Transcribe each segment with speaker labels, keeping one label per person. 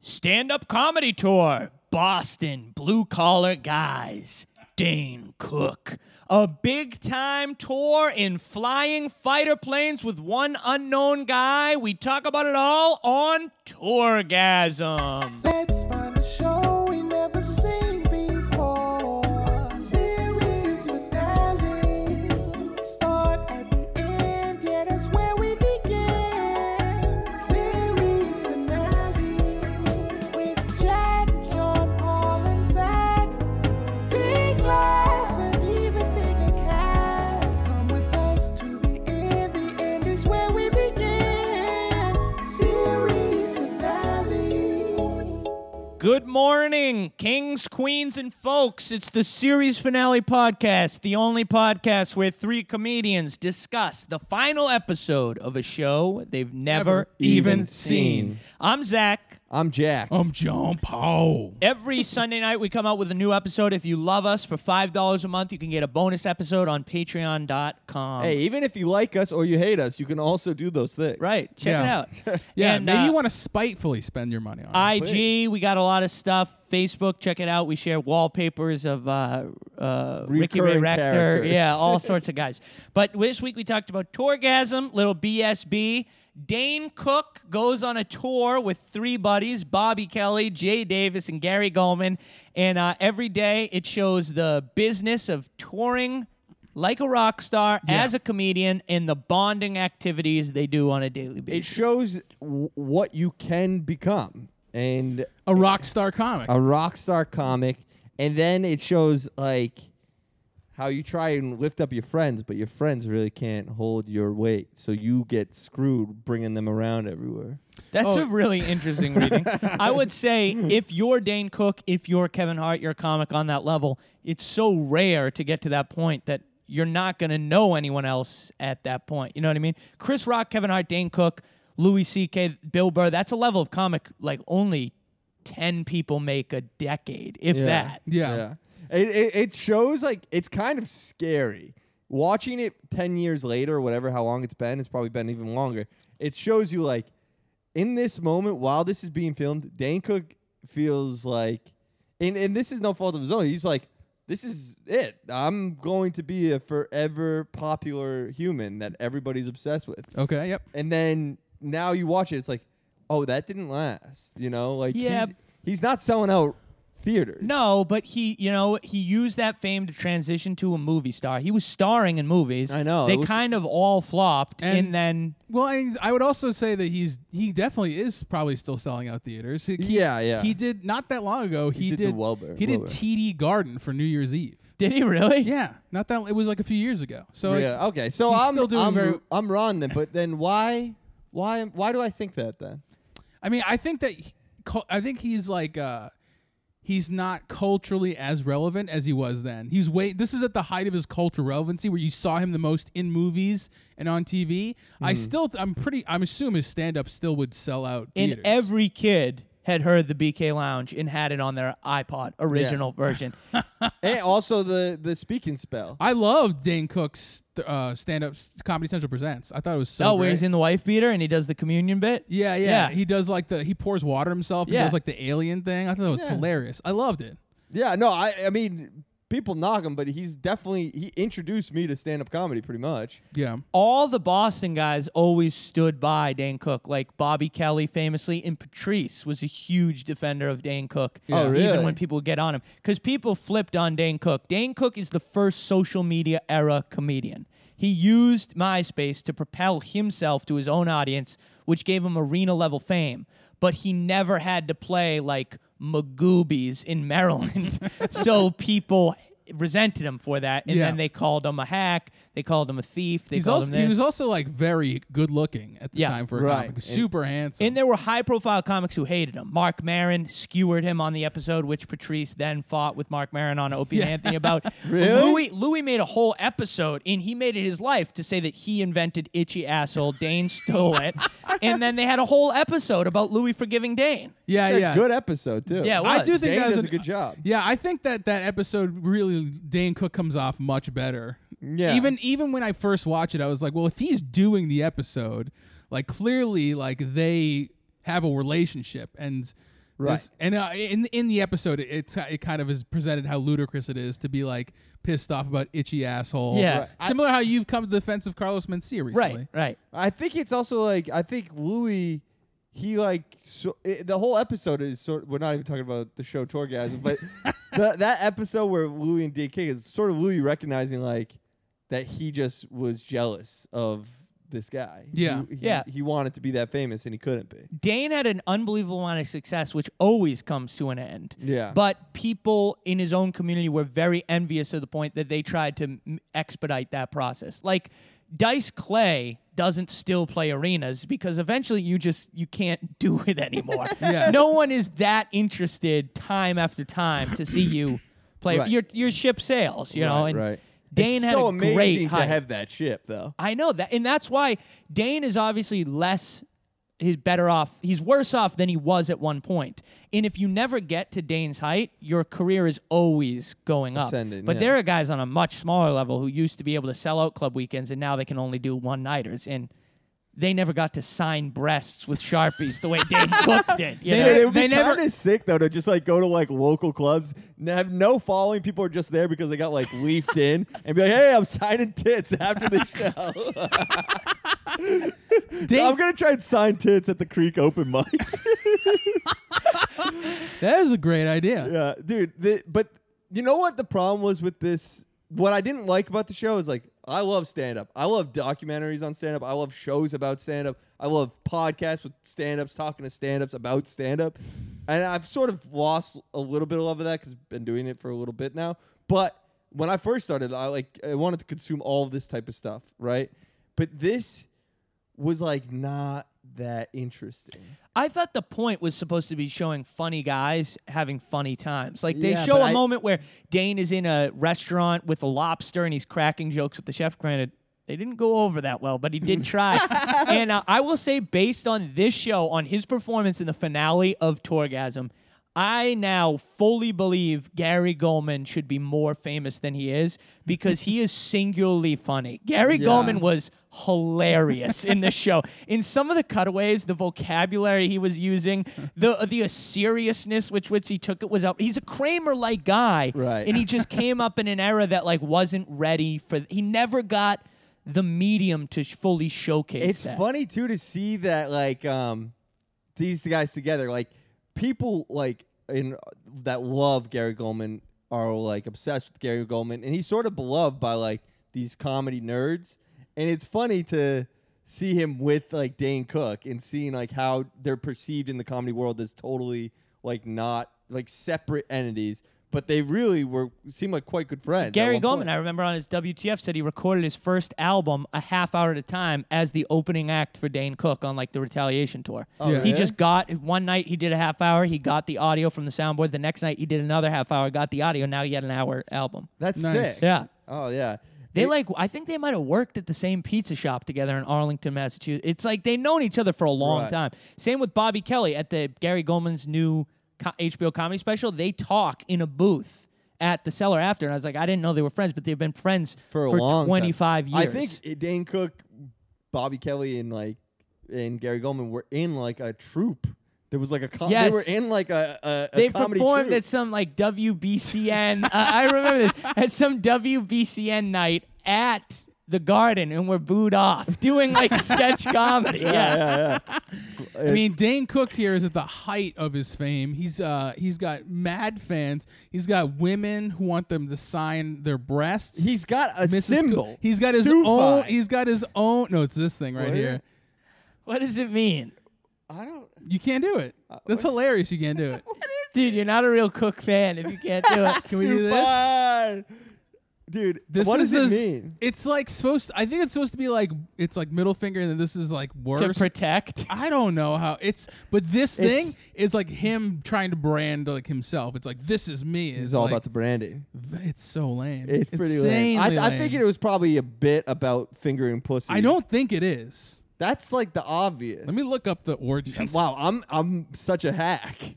Speaker 1: Stand up comedy tour, Boston, blue collar guys, Dane Cook. A big time tour in flying fighter planes with one unknown guy. We talk about it all on Tourgasm.
Speaker 2: Let's find a show we never seen before. Series finale. Start at the end, yeah, that's where we begin. Series finale with Jack, John, Paul, and Zach. Big laughs and even bigger cats. Come with us to the end. The end is where we begin. Series finale.
Speaker 1: Good morning, kings, queens, and folks. It's the series finale podcast, the only podcast where three comedians discuss the final episode of a show they've never, even, seen. Oh I'm Zach.
Speaker 3: I'm Jack.
Speaker 4: I'm John Paul.
Speaker 1: Every Sunday night, we come out with a new episode. If you love us for $5 a month, you can get a bonus episode on patreon.com.
Speaker 3: hey, even if you like us or you hate us, you can also do those things.
Speaker 1: Right. Check
Speaker 4: Yeah.
Speaker 1: it out.
Speaker 4: Yeah,
Speaker 1: And,
Speaker 4: maybe
Speaker 1: uh,
Speaker 4: you want to spitefully spend your money on. us.
Speaker 1: IG, we got a lot of stuff. Facebook, check it out. We share wallpapers of uh, uh, Ricky Ray
Speaker 3: Recurring
Speaker 1: Rector.
Speaker 3: characters.
Speaker 1: Yeah, all sorts of guys. But this week we talked about Tourgasm, little BSB. Dane Cook goes on a tour with three buddies Bobby Kelly, Jay Davis, and Gary Goldman. And uh, every day it shows the business of touring like a rock star as a comedian and the bonding activities they do on a daily basis.
Speaker 3: It shows w- what you can become and
Speaker 4: a rock star comic.
Speaker 3: a rock star comic. And then it shows like how you try and lift up your friends, but your friends really can't hold your weight. So you get screwed bringing them around everywhere.
Speaker 1: That's
Speaker 4: Oh.
Speaker 1: a really interesting reading. I would say if you're Dane Cook, if you're Kevin Hart, you're a comic on that level, it's so rare to get to that point that you're not going to know anyone else at that point. You know what I mean? Chris Rock, Kevin Hart, Dane Cook, Louis C.K., Bill Burr, that's a level of comic like only 10 people make a decade, if
Speaker 3: Yeah.
Speaker 1: that.
Speaker 4: yeah.
Speaker 3: It, it, it shows like it's kind of scary. Watching it 10 years later, or whatever, how long it's been, it's probably been even longer. It shows you like in this moment, while this is being filmed, Dane Cook feels like, and, and this is no fault of his own. He's like, this is it. I'm going to be a forever popular human that everybody's obsessed with.
Speaker 4: Okay. Yep.
Speaker 3: And then now you watch it, it's like, oh, that didn't last. You know, like,
Speaker 1: Yeah.
Speaker 3: he's, he's not selling out theaters.
Speaker 1: No, but he, you know, he used that fame to transition to a movie star. He was starring in movies.
Speaker 3: I know,
Speaker 1: They
Speaker 3: it was-
Speaker 1: kind of all flopped and,
Speaker 4: And-
Speaker 1: then
Speaker 4: Well, I, I would also say that he's he definitely is probably still selling out theaters. He, he-
Speaker 3: Yeah, yeah.
Speaker 4: He did not that long ago. He,
Speaker 3: did the Wilbur-
Speaker 4: He did
Speaker 3: Wilbur.
Speaker 4: TD Garden for New Year's Eve.
Speaker 1: Did he really?
Speaker 4: Yeah, not that it was like a few years ago. So it's-
Speaker 3: Yeah. Okay. So
Speaker 4: he's
Speaker 3: I'm
Speaker 4: still doing
Speaker 3: I'm,
Speaker 4: very-
Speaker 3: I'm wrong then. But then why why why do I think that then?
Speaker 4: I mean, I think that he- cul- I think he's like uh he's not culturally as relevant as he was then. He's way this is at the height of his cultural relevancy where you saw him the most in movies and on TV. I
Speaker 1: Mm-hmm.
Speaker 4: still I'm pretty I'm assume his stand up still would sell out
Speaker 1: and
Speaker 4: theaters.
Speaker 1: every kid had heard the BK Lounge and had it on their iPod original version.
Speaker 3: And also the the speaking spell.
Speaker 4: I loved Dane Cook's uh, stand up Comedy Central presents. I thought it was so
Speaker 1: oh, where he's
Speaker 4: great.
Speaker 1: in the wife beater and he does the communion bit.
Speaker 4: yeah, yeah,
Speaker 1: Yeah.
Speaker 4: He does like the he pours water himself. He
Speaker 1: Yeah.
Speaker 4: does like the alien thing. I thought that was
Speaker 3: Yeah.
Speaker 4: hilarious. I loved it.
Speaker 3: Yeah. No. I I mean people knock him, but he's definitely he introduced me to stand up comedy pretty much.
Speaker 4: Yeah.
Speaker 1: All the Boston guys always stood by Dane Cook, like Bobby Kelly famously, and Patrice was a huge defender of Dane Cook.
Speaker 3: Oh,
Speaker 1: Even
Speaker 3: really?
Speaker 1: when people would get on him, because people flipped on Dane Cook. Dane Cook is the first social media era comedian. He used MySpace to propel himself to his own audience, which gave him arena level fame. But he never had to play like Magoobies in Maryland, so people resented him for that, and
Speaker 4: Yeah.
Speaker 1: then they called him a hack, they called him a thief, they
Speaker 4: He's
Speaker 1: called
Speaker 4: also
Speaker 1: him
Speaker 4: he was
Speaker 1: this.
Speaker 4: also like very good looking at the
Speaker 1: Yeah.
Speaker 4: time for a
Speaker 3: Right.
Speaker 4: comic.
Speaker 3: And-
Speaker 4: Super handsome.
Speaker 1: And there were high profile comics who hated him. Mark Maron skewered him on the episode, which Patrice then fought with Mark Maron on Opie and Anthony about.
Speaker 3: Really?
Speaker 1: Louis, Louis made a whole episode, and he made it his life to say that he invented Itchy Asshole. Dane stole it. and then they had a whole episode about Louis forgiving Dane.
Speaker 4: yeah,
Speaker 3: It's a
Speaker 4: yeah.
Speaker 3: Good episode too.
Speaker 1: Yeah, it
Speaker 4: I
Speaker 1: was.
Speaker 4: do think
Speaker 3: Dane
Speaker 4: that was
Speaker 3: does
Speaker 4: an-
Speaker 3: a good job.
Speaker 4: Yeah, I think that that episode really Dane Cook comes off much better.
Speaker 3: Yeah.
Speaker 4: Even even when I first watched it, I was like, well, if he's doing the episode, like clearly, like they have a relationship, and
Speaker 3: Right.
Speaker 4: and uh, in in the episode, it it's- it kind of is presented how ludicrous it is to be like pissed off about itchy asshole.
Speaker 1: Yeah. Right.
Speaker 4: Similar how you've come to the defense of Carlos Mencia recently.
Speaker 1: Right, right.
Speaker 3: I think it's also like I think Louis, he like so, it, the whole episode is sort. We're not even talking about the show Torgasm, but the, that episode where Louis and DK is sort of Louis recognizing like that he just was jealous of this guy.
Speaker 4: Yeah.
Speaker 3: He- he-
Speaker 1: Yeah.
Speaker 3: He wanted to be that famous and he couldn't be.
Speaker 1: Dane had an unbelievable amount of success, which always comes to an end.
Speaker 3: Yeah.
Speaker 1: But people in his own community were very envious to the point that they tried to m- expedite that process. Like Dice Clay doesn't still play arenas because eventually you just you can't do it anymore.
Speaker 4: Yeah.
Speaker 1: No one is that interested time after time to see you play.
Speaker 3: Right.
Speaker 1: Your your ship sails, you know.
Speaker 3: Right,
Speaker 1: And
Speaker 3: right.
Speaker 1: Dane
Speaker 3: it's
Speaker 1: had
Speaker 3: so
Speaker 1: a great
Speaker 3: amazing to
Speaker 1: hype.
Speaker 3: have that ship though.
Speaker 1: I know that, and that's why Dane is obviously less. He's better off. He's worse off than he was at one point. And if you never get to Dane's height, your career is always going up.
Speaker 3: Ascending,
Speaker 1: but
Speaker 3: yeah.
Speaker 1: there are guys on a much smaller level who used to be able to sell out club weekends, and now they can only do one nighters. And they never got to sign breasts with sharpies the way Dane Cook did. You
Speaker 4: They
Speaker 1: know?
Speaker 3: Yeah, it would
Speaker 4: They
Speaker 3: be
Speaker 4: never-
Speaker 3: kind of sick though to just like go to like local clubs, and have no following. People are just there because they got like leafed in and be like, "Hey, I'm signing tits after the show.
Speaker 4: Dane-
Speaker 3: I'm gonna try and sign tits at the Creek Open mic."
Speaker 4: that is a great idea.
Speaker 3: yeah, dude. The, but you know what the problem was with this? What I didn't like about the show is like I love stand up. I love documentaries on stand up. I love shows about stand up. I love podcasts with stand ups talking to stand ups about stand up. And I've sort of lost a little bit of love of that because I've been doing it for a little bit now. But when I first started, I like I wanted to consume all of this type of stuff, right? But this was like not that interesting.
Speaker 1: I thought the point was supposed to be showing funny guys having funny times. Like they
Speaker 3: Yeah,
Speaker 1: show
Speaker 3: but
Speaker 1: a
Speaker 3: I-
Speaker 1: moment where Dane is in a restaurant with a lobster and he's cracking jokes with the chef. Granted, they didn't go over that well, but he did try. and uh, I will say, based on this show, on his performance in the finale of Torgasm, I now fully believe Gary Goldman should be more famous than he is because he is singularly funny. Gary
Speaker 3: Yeah.
Speaker 1: Goldman was hilarious in this show. In some of the cutaways, the vocabulary he was using, the the seriousness which which he took it was out. He's a Kramer like guy,
Speaker 3: Right.
Speaker 1: And he just came up in an era that like wasn't ready for. He never got the medium to sh- fully showcase.
Speaker 3: it's
Speaker 1: that.
Speaker 3: funny too to see that like um these guys together like people like in that love gary goldman are like obsessed with gary goldman and he's sort of beloved by like these comedy nerds and it's funny to see him with like dane cook and seeing like how they're perceived in the comedy world as totally like not like separate entities but they really were seem like quite good friends at
Speaker 1: Gary
Speaker 3: one
Speaker 1: Goldman,
Speaker 3: point.
Speaker 1: I remember on his WTF said he recorded his first album a half hour at a time as the opening act for Dane Cook on like the Retaliation tour.
Speaker 4: Yeah.
Speaker 1: He
Speaker 4: really?
Speaker 1: just got one night he did a half hour, he got the audio from the soundboard. The next night he did another half hour, got the audio. Now he had an hour album.
Speaker 3: that's
Speaker 4: Nice.
Speaker 3: sick
Speaker 1: Yeah.
Speaker 3: oh yeah
Speaker 1: They
Speaker 3: It-
Speaker 1: like I think they might have worked at the same pizza shop together in Arlington, Massachusetts. It's like they've known each other for a long
Speaker 3: Right.
Speaker 1: time. Same with Bobby Kelly at the Gary Goldman's new co- HBO comedy special. They talk in a booth at the cellar after, and I was like, I didn't know they were friends, but they've been friends
Speaker 3: for a long time.
Speaker 1: 25 years.
Speaker 3: I think i- Dane Cook, Bobby Kelly, and like and Gary Goldman were in like a troupe. There was like a com-
Speaker 1: Yes.
Speaker 3: they were in like a, a, a
Speaker 1: they
Speaker 3: comedy
Speaker 1: performed
Speaker 3: troupe.
Speaker 1: at some like WBCN. uh, I remember this at some WBCN night at the Garden, and were booed off doing like sketch comedy. yeah.
Speaker 4: I mean, Dane Cook here is at the height of his fame. He's uh he's got mad fans. He's got women who want them to sign their breasts.
Speaker 3: He's got a
Speaker 4: Mrs. Cook-
Speaker 3: symbol.
Speaker 4: He's got his
Speaker 3: Sufi.
Speaker 4: own. e-, He's got his own. No, it's this thing right
Speaker 3: What?
Speaker 4: here.
Speaker 1: What does it mean?
Speaker 3: I don't.
Speaker 4: You can't do it.
Speaker 3: Uh,
Speaker 4: That's hilarious. You can't do it.
Speaker 1: Dude, you're not a real Cook fan if you can't do it.
Speaker 4: Can we do this?
Speaker 3: Sufi! Dude,
Speaker 4: This
Speaker 3: what
Speaker 4: is
Speaker 3: does it
Speaker 4: this-
Speaker 3: mean?
Speaker 4: It's like supposed. I think it's supposed to be like it's like middle finger, and then this is like
Speaker 1: to
Speaker 4: worse.
Speaker 1: protect.
Speaker 4: I don't know how it's, but this
Speaker 3: It's-
Speaker 4: thing is like him trying to brand like himself. It's like this is me. It's
Speaker 3: It's all
Speaker 4: like,
Speaker 3: about the branding.
Speaker 4: It's so lame.
Speaker 3: It's pretty lame.
Speaker 4: Insanely
Speaker 3: I, I figured it was probably a bit about fingering pussy.
Speaker 4: I don't think it is.
Speaker 3: That's like the obvious.
Speaker 4: Let me look up the origins.
Speaker 3: Wow, I'm I'm such a hack.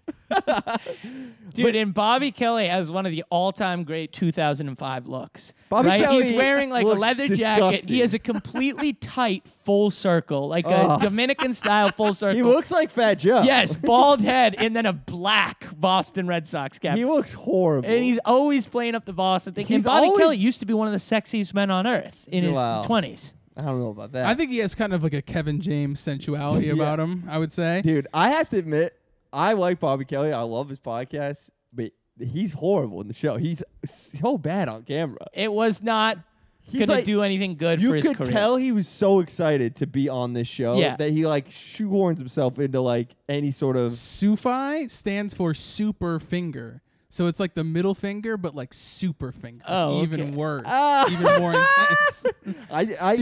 Speaker 1: Dude, and Bobby Kelly has one of the all-time great 2005 looks.
Speaker 3: Bobby
Speaker 1: right? he's
Speaker 3: Kelly
Speaker 1: wearing like a
Speaker 3: looks
Speaker 1: leather jacket.
Speaker 3: disgusting.
Speaker 1: He has a completely tight full circle, like a
Speaker 3: Ugh.
Speaker 1: Dominican style full circle.
Speaker 3: He looks like Fat Joe.
Speaker 1: yes, bald head, and then a black Boston Red Sox cap.
Speaker 3: He looks horrible.
Speaker 1: and he's always playing up the Boston thing. and
Speaker 3: He's
Speaker 1: Bobby
Speaker 3: always-
Speaker 1: Kelly used to be one of the sexiest men on earth in his
Speaker 3: Wow.
Speaker 1: 20s.
Speaker 3: I don't know about that.
Speaker 4: I think he has kind of like a Kevin James sensuality
Speaker 3: Yeah.
Speaker 4: about him. I would say.
Speaker 3: Dude, I have to admit, I like Bobby Kelly. I love his podcast, but he's horrible in the show. He's so bad on camera.
Speaker 1: It was not
Speaker 3: He's
Speaker 1: going
Speaker 3: like-
Speaker 1: to do anything good
Speaker 3: You
Speaker 1: for his
Speaker 3: could
Speaker 1: career.
Speaker 3: tell he was so excited to be on this show
Speaker 1: Yeah.
Speaker 3: that he like shoehorns himself into like any sort of
Speaker 4: Sufi stands for super finger. So it's like the middle finger, but like super finger.
Speaker 1: Oh,
Speaker 4: even
Speaker 1: okay.
Speaker 4: worse,
Speaker 3: Ah.
Speaker 4: even more intense.
Speaker 3: I I,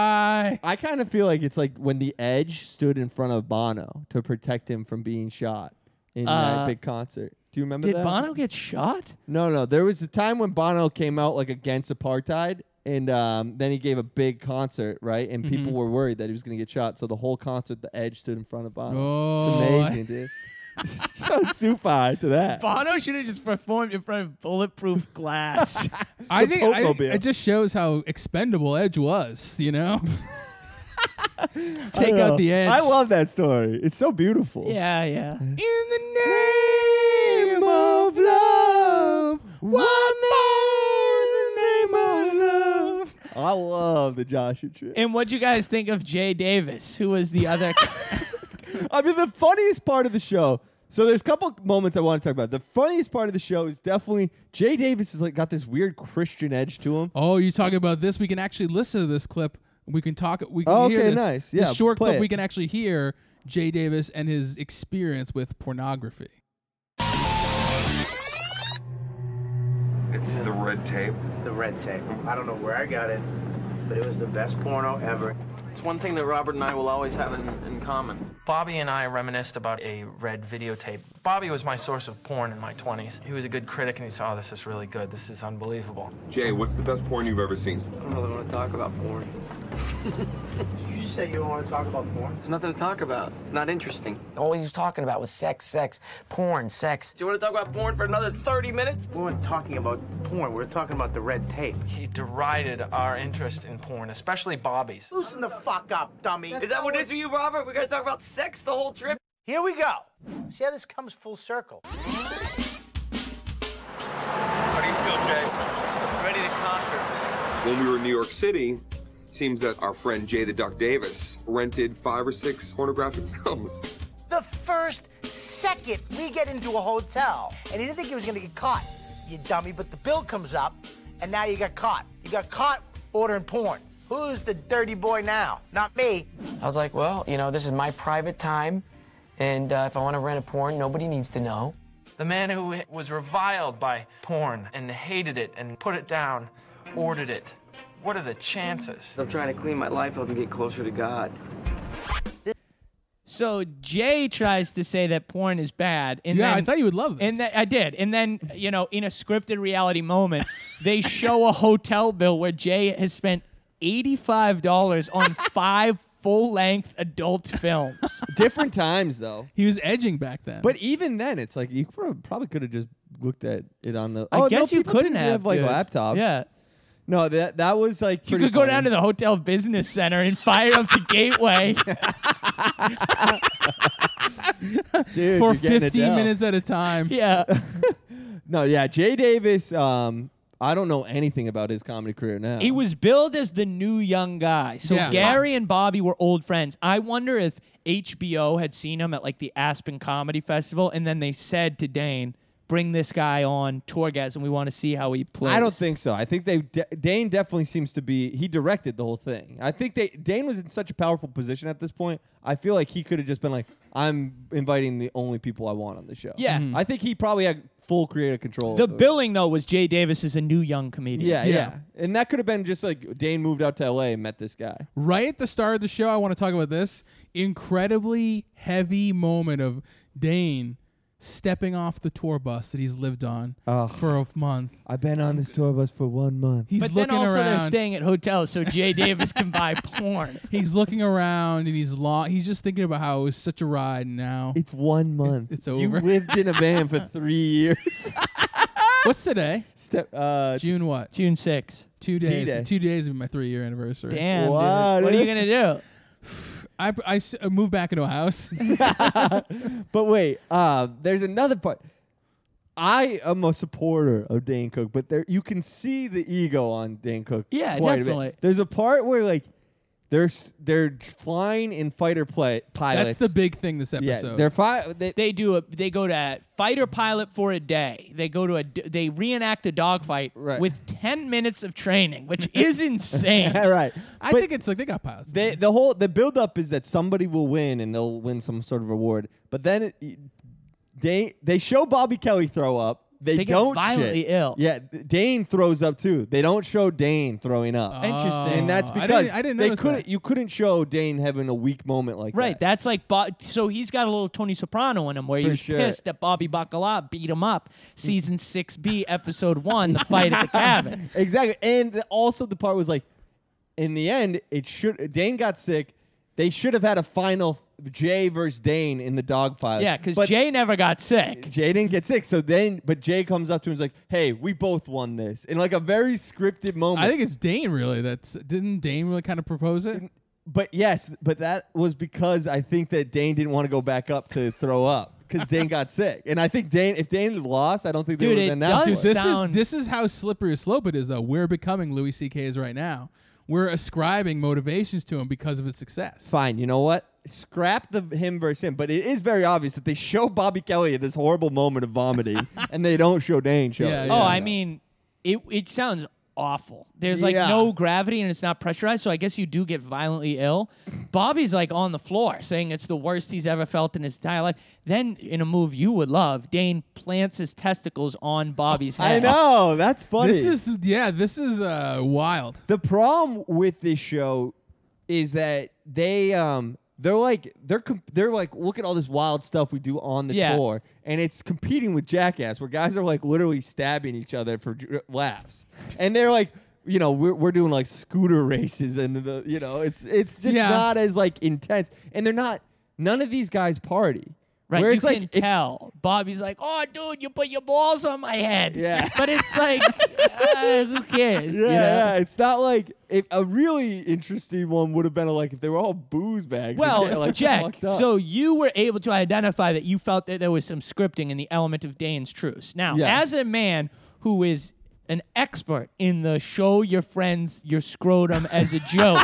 Speaker 4: Sufi.
Speaker 3: I kind of feel like it's like when the Edge stood in front of Bono to protect him from being shot in
Speaker 1: Uh,
Speaker 3: that big concert. Do you remember
Speaker 1: Did
Speaker 3: that?
Speaker 1: Bono get shot?
Speaker 3: No, no. There was a time when Bono came out like against apartheid, and um, then he gave a big concert, right? And
Speaker 4: Mm-hmm.
Speaker 3: people were worried that he was going to get shot. So the whole concert, the Edge stood in front of Bono.
Speaker 4: Oh,
Speaker 3: it's amazing, dude. so super to that.
Speaker 1: Bono should have just performed in front of bulletproof glass.
Speaker 4: I think I,
Speaker 3: Pope will be
Speaker 4: it
Speaker 3: up.
Speaker 4: just shows how expendable Edge was. You know, take
Speaker 3: I
Speaker 4: out
Speaker 3: know.
Speaker 4: the edge.
Speaker 3: I love that story. It's so beautiful.
Speaker 1: yeah, yeah.
Speaker 4: In the name of love, one more in the name of love.
Speaker 3: I love the Joshua trip.
Speaker 1: And what'd you guys think of Jay Davis, who was the other?
Speaker 3: I mean, the funniest part of the show. So there's a couple moments I want to talk about. The funniest part of the show is definitely Jay Davis has like got this weird Christian edge to him.
Speaker 4: Oh, you talking about this? We can actually listen to this clip. We can talk. We can
Speaker 3: Oh,
Speaker 4: hear
Speaker 3: okay,
Speaker 4: this.
Speaker 3: nice.
Speaker 4: This
Speaker 3: Yeah,
Speaker 4: short
Speaker 3: play
Speaker 4: clip.
Speaker 3: it.
Speaker 4: We can actually hear Jay Davis and his experience with pornography.
Speaker 5: It's the red tape.
Speaker 6: the red tape. I don't know where I got it, but it was the best porno ever.
Speaker 7: It's one thing that Robert and I will always have in, in common.
Speaker 8: Bobby and I reminisced about a red videotape. Bobby was my source of porn in my 20s. He was a good critic and he said, Oh, this is really good. This is unbelievable.
Speaker 5: Jay, what's the best porn you've ever seen?
Speaker 7: I don't really want to talk about porn.
Speaker 6: Did you just say you don't want to talk about porn?
Speaker 7: There's nothing to talk about. It's not interesting.
Speaker 9: All he was talking about was sex, sex, porn, sex.
Speaker 7: Do you want to talk about porn for another 30 minutes?
Speaker 6: We weren't talking about porn. We were talking about the red tape.
Speaker 8: He derided our interest in porn, especially Bobby's.
Speaker 6: Loosen the fuck up, dummy.
Speaker 7: Is that what it is for you, Robert? We're going to talk about sex the whole trip?
Speaker 9: Here we go. See how this comes full circle.
Speaker 5: How do you feel, Jay?
Speaker 7: Ready to conquer.
Speaker 5: When we were in New York City, seems that our friend Jay the Duck Davis rented five or six pornographic films.
Speaker 9: The first second we get into a hotel, and he didn't think he was gonna get caught, you dummy, but the bill comes up, and now you got caught. You got caught ordering porn. Who's the dirty boy now? Not me. I was like, well, you know, this is my private time, and uh, if I wanna rent a porn, nobody needs to know.
Speaker 8: The man who was reviled by porn and hated it and put it down, ordered it. What are the chances?
Speaker 7: I'm trying to clean my life up and get closer to God.
Speaker 1: so Jay tries to say that porn is bad. And
Speaker 4: Yeah, I
Speaker 1: then-
Speaker 4: thought you would love this.
Speaker 1: And that I did. And then, you know, in a scripted reality moment, they show a hotel bill where Jay has spent $85 on five full length adult films.
Speaker 3: Different times though.
Speaker 4: he was edging back then.
Speaker 3: But even then, it's like you prob- probably could have just looked at it on the.
Speaker 1: I
Speaker 3: oh,
Speaker 1: guess
Speaker 3: no,
Speaker 1: you
Speaker 3: people
Speaker 1: couldn't
Speaker 3: didn't
Speaker 1: have,
Speaker 3: like
Speaker 1: dude.
Speaker 3: laptops.
Speaker 1: Yeah.
Speaker 3: No, that that was like
Speaker 1: You could go down to the hotel business center and fire up the gateway.
Speaker 3: the dude
Speaker 4: for
Speaker 3: you're getting
Speaker 4: 15
Speaker 3: Adele.
Speaker 4: minutes at a time.
Speaker 1: Yeah.
Speaker 3: No, yeah, Jay Davis. Um, I don't know anything about his comedy career now.
Speaker 1: He was billed as the new young guy. So
Speaker 4: Yeah.
Speaker 1: Gary and Bobby were old friends. I wonder if HBO had seen him at like the Aspen Comedy Festival and then they said to Dane, bring this guy on Torgas and we want to see how he plays.
Speaker 3: I don't think so. I think they D- Dane definitely seems to be. He directed the whole thing. I think they Dane was in such a powerful position at this point. I feel like he could have just been like, "I'm inviting the only people I want on the show."
Speaker 1: Yeah. Mhm.
Speaker 3: I think he probably had full creative control.
Speaker 1: The
Speaker 3: over it.
Speaker 1: billing though was Jay Davis is a new young comedian.
Speaker 3: Yeah, yeah, and that could have been just like Dane moved out to L.A. and met this guy.
Speaker 4: Right at the start of the show, I want to talk about this incredibly heavy moment of Dane stepping off the tour bus that he's lived on
Speaker 3: Ugh.
Speaker 4: for a month.
Speaker 3: I've been on this tour bus for one month.
Speaker 4: He's
Speaker 1: But
Speaker 4: looking
Speaker 1: then also they're
Speaker 4: around.
Speaker 1: staying at hotels, so Jay Davis can buy porn.
Speaker 4: he's looking around and he's long. He's just thinking about how it was such a ride. And now,
Speaker 3: It's one month.
Speaker 4: it's
Speaker 3: You
Speaker 4: over.
Speaker 3: lived in a van for three years.
Speaker 4: what's today?
Speaker 3: Step. Uh,
Speaker 4: June what?
Speaker 1: June 6th.
Speaker 4: Two days.
Speaker 3: D-Day.
Speaker 4: Two days would be my three year anniversary.
Speaker 1: Damn. dude.
Speaker 3: Wow,
Speaker 1: What are you
Speaker 3: dude.
Speaker 1: going to do?
Speaker 4: I, I s- I moved back into a house.
Speaker 3: But wait, uh, there's another part. I am a supporter of Dan Cook, but there you can see the ego on Dan Cook.
Speaker 1: Yeah,
Speaker 3: quite A
Speaker 1: definitely.
Speaker 3: bit. There's a part where like they're s- they're flying in fighter play
Speaker 4: That's
Speaker 3: pilots.
Speaker 4: the big thing this
Speaker 3: yeah.
Speaker 4: episode.
Speaker 3: They're fi- they,
Speaker 1: They do a they go to fighter pilot for a day. They go to a d- they reenact a dogfight
Speaker 3: Right.
Speaker 1: with 10 minutes of training, which is insane.
Speaker 3: all right.
Speaker 4: I
Speaker 3: but
Speaker 4: think it's like they got pilots.
Speaker 3: they, the whole the build up is that somebody will win and they'll win some sort of award. But then it, they they show Bobby Kelly throw up. They,
Speaker 1: They get
Speaker 3: don't
Speaker 1: violently
Speaker 3: shit.
Speaker 1: ill.
Speaker 3: Yeah, Dane throws up too. They don't show Dane throwing up.
Speaker 1: Interesting.
Speaker 3: and that's
Speaker 4: Oh, I didn't-
Speaker 3: because
Speaker 4: I didn't
Speaker 3: they
Speaker 4: notice
Speaker 3: couldn't.
Speaker 4: that.
Speaker 3: You couldn't show Dane having a weak moment like
Speaker 1: Right,
Speaker 3: that.
Speaker 1: that's like Bob. So he's got a little Tony Soprano in him, where he
Speaker 3: For
Speaker 1: was
Speaker 3: sure. Mm.
Speaker 1: pissed that Bobby Bacala beat him up. Season six B, episode one, the fight at the cabin.
Speaker 3: exactly. And the- also the part was like, in the end, it should Dane got sick. They should have had a final Jay versus Dane in the dog fight.
Speaker 1: Yeah, because
Speaker 3: But
Speaker 1: Jay never got sick.
Speaker 3: Jay didn't get sick, so then, but Jay comes up to him and is like, "Hey, we both won this," in like a very scripted moment.
Speaker 4: I think it's Dane really. That's didn't Dane really kind of propose it?
Speaker 3: but yes, but that was because I think that Dane didn't want to go back up to throw up because Dane got sick, and I think Dane, if Dane had lost, I don't think they
Speaker 1: Dude,
Speaker 3: would have
Speaker 1: it
Speaker 3: done
Speaker 1: does
Speaker 3: that. for it.
Speaker 4: This is
Speaker 1: Sound-
Speaker 4: this is how slippery a slope it is though. We're becoming Louis C.K.'s right now. We're ascribing motivations to him because of his success.
Speaker 3: fine. You know what? Scrap the him versus him, but it is very obvious that they show Bobby Kelly in this horrible moment of vomiting, and they don't show Dane show.
Speaker 4: Yeah,
Speaker 3: it.
Speaker 4: yeah.
Speaker 1: Oh, I mean, it it sounds awful. There's like
Speaker 3: Yeah.
Speaker 1: no gravity and it's not pressurized, so I guess you do get violently ill. Bobby's like on the floor saying it's the worst he's ever felt in his entire life. Then, in a move you would love, Dane plants his testicles on Bobby's head.
Speaker 3: I know that's funny.
Speaker 4: This is yeah, this is uh wild.
Speaker 3: the problem with this show is that they um they're like they're comp- they're like look at all this wild stuff we do on the
Speaker 1: Yeah.
Speaker 3: tour and it's competing with Jackass where guys are like literally stabbing each other for dr- laughs and they're like you know we're, we're doing like scooter races and the you know it's it's just
Speaker 4: Yeah.
Speaker 3: not as like intense and they're not none of these guys party
Speaker 1: Right,
Speaker 3: where
Speaker 1: you
Speaker 3: it's
Speaker 1: can
Speaker 3: like if-
Speaker 1: tell. Bobby's like, "Oh, dude, you put your balls on my head."
Speaker 3: Yeah.
Speaker 1: but it's like, uh, who cares? you
Speaker 3: yeah,
Speaker 1: know?
Speaker 3: yeah, it's not like if a really interesting one would have been like if they were all booze bags. and they're,
Speaker 1: Well,
Speaker 3: like
Speaker 1: Jack.
Speaker 3: fucked up.
Speaker 1: So you were able to identify that you felt that there was some scripting in the element of Dane's truce. Now,
Speaker 3: Yeah.
Speaker 1: as a man who is an expert in the show your friends your scrotum as a joke,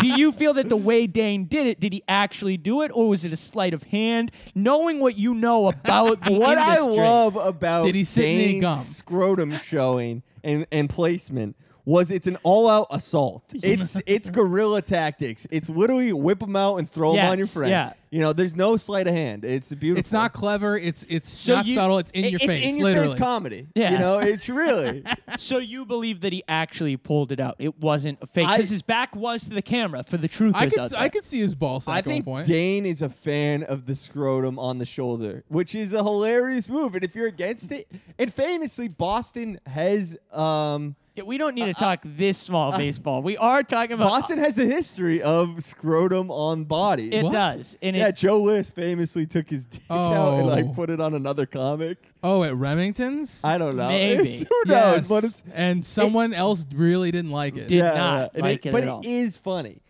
Speaker 1: do you feel that the way Dane did it, did he actually do it, or was it a sleight of hand? Knowing what you know about the
Speaker 3: What I
Speaker 1: industry-
Speaker 3: love about
Speaker 4: Did he sit in any
Speaker 3: Dane's
Speaker 4: gum?
Speaker 3: scrotum showing and, and placement was it's an all-out assault. It's it's guerrilla tactics. It's literally whip them out and throw them on your
Speaker 1: Yes,
Speaker 3: friend.
Speaker 1: yeah.
Speaker 3: You know, there's no sleight of hand. It's beautiful.
Speaker 4: It's not clever, it's it's not
Speaker 1: you-
Speaker 4: subtle, it's in
Speaker 3: It-
Speaker 4: your
Speaker 3: it's
Speaker 4: face.
Speaker 3: in your
Speaker 4: literally.
Speaker 3: face comedy.
Speaker 1: Yeah.
Speaker 3: You know, it's really.
Speaker 1: So you believe that he actually pulled it out? It wasn't a fake
Speaker 3: I-
Speaker 1: because his back was to the camera for the truth.
Speaker 4: I could
Speaker 1: out there.
Speaker 4: I could see his ball sack
Speaker 3: I
Speaker 4: at one
Speaker 3: think
Speaker 4: point.
Speaker 3: Dane is a fan of the scrotum on the shoulder, which is a hilarious move. And if you're against it, and famously Boston has um
Speaker 1: Yeah, we don't need to talk this small baseball. We are talking about
Speaker 3: Boston has a history of scrotum on bodies.
Speaker 1: It does, and
Speaker 3: yeah,
Speaker 1: it,
Speaker 3: Joe List famously took his dick out and
Speaker 4: Oh.
Speaker 3: like put it on another comic.
Speaker 4: oh, at Remington's?
Speaker 3: I don't know.
Speaker 1: Maybe.
Speaker 3: It's- who knows?
Speaker 4: Yes.
Speaker 3: But it's
Speaker 4: and someone else really didn't like it.
Speaker 1: Did- not
Speaker 3: and
Speaker 1: like it
Speaker 3: but
Speaker 1: at all.
Speaker 3: it is funny,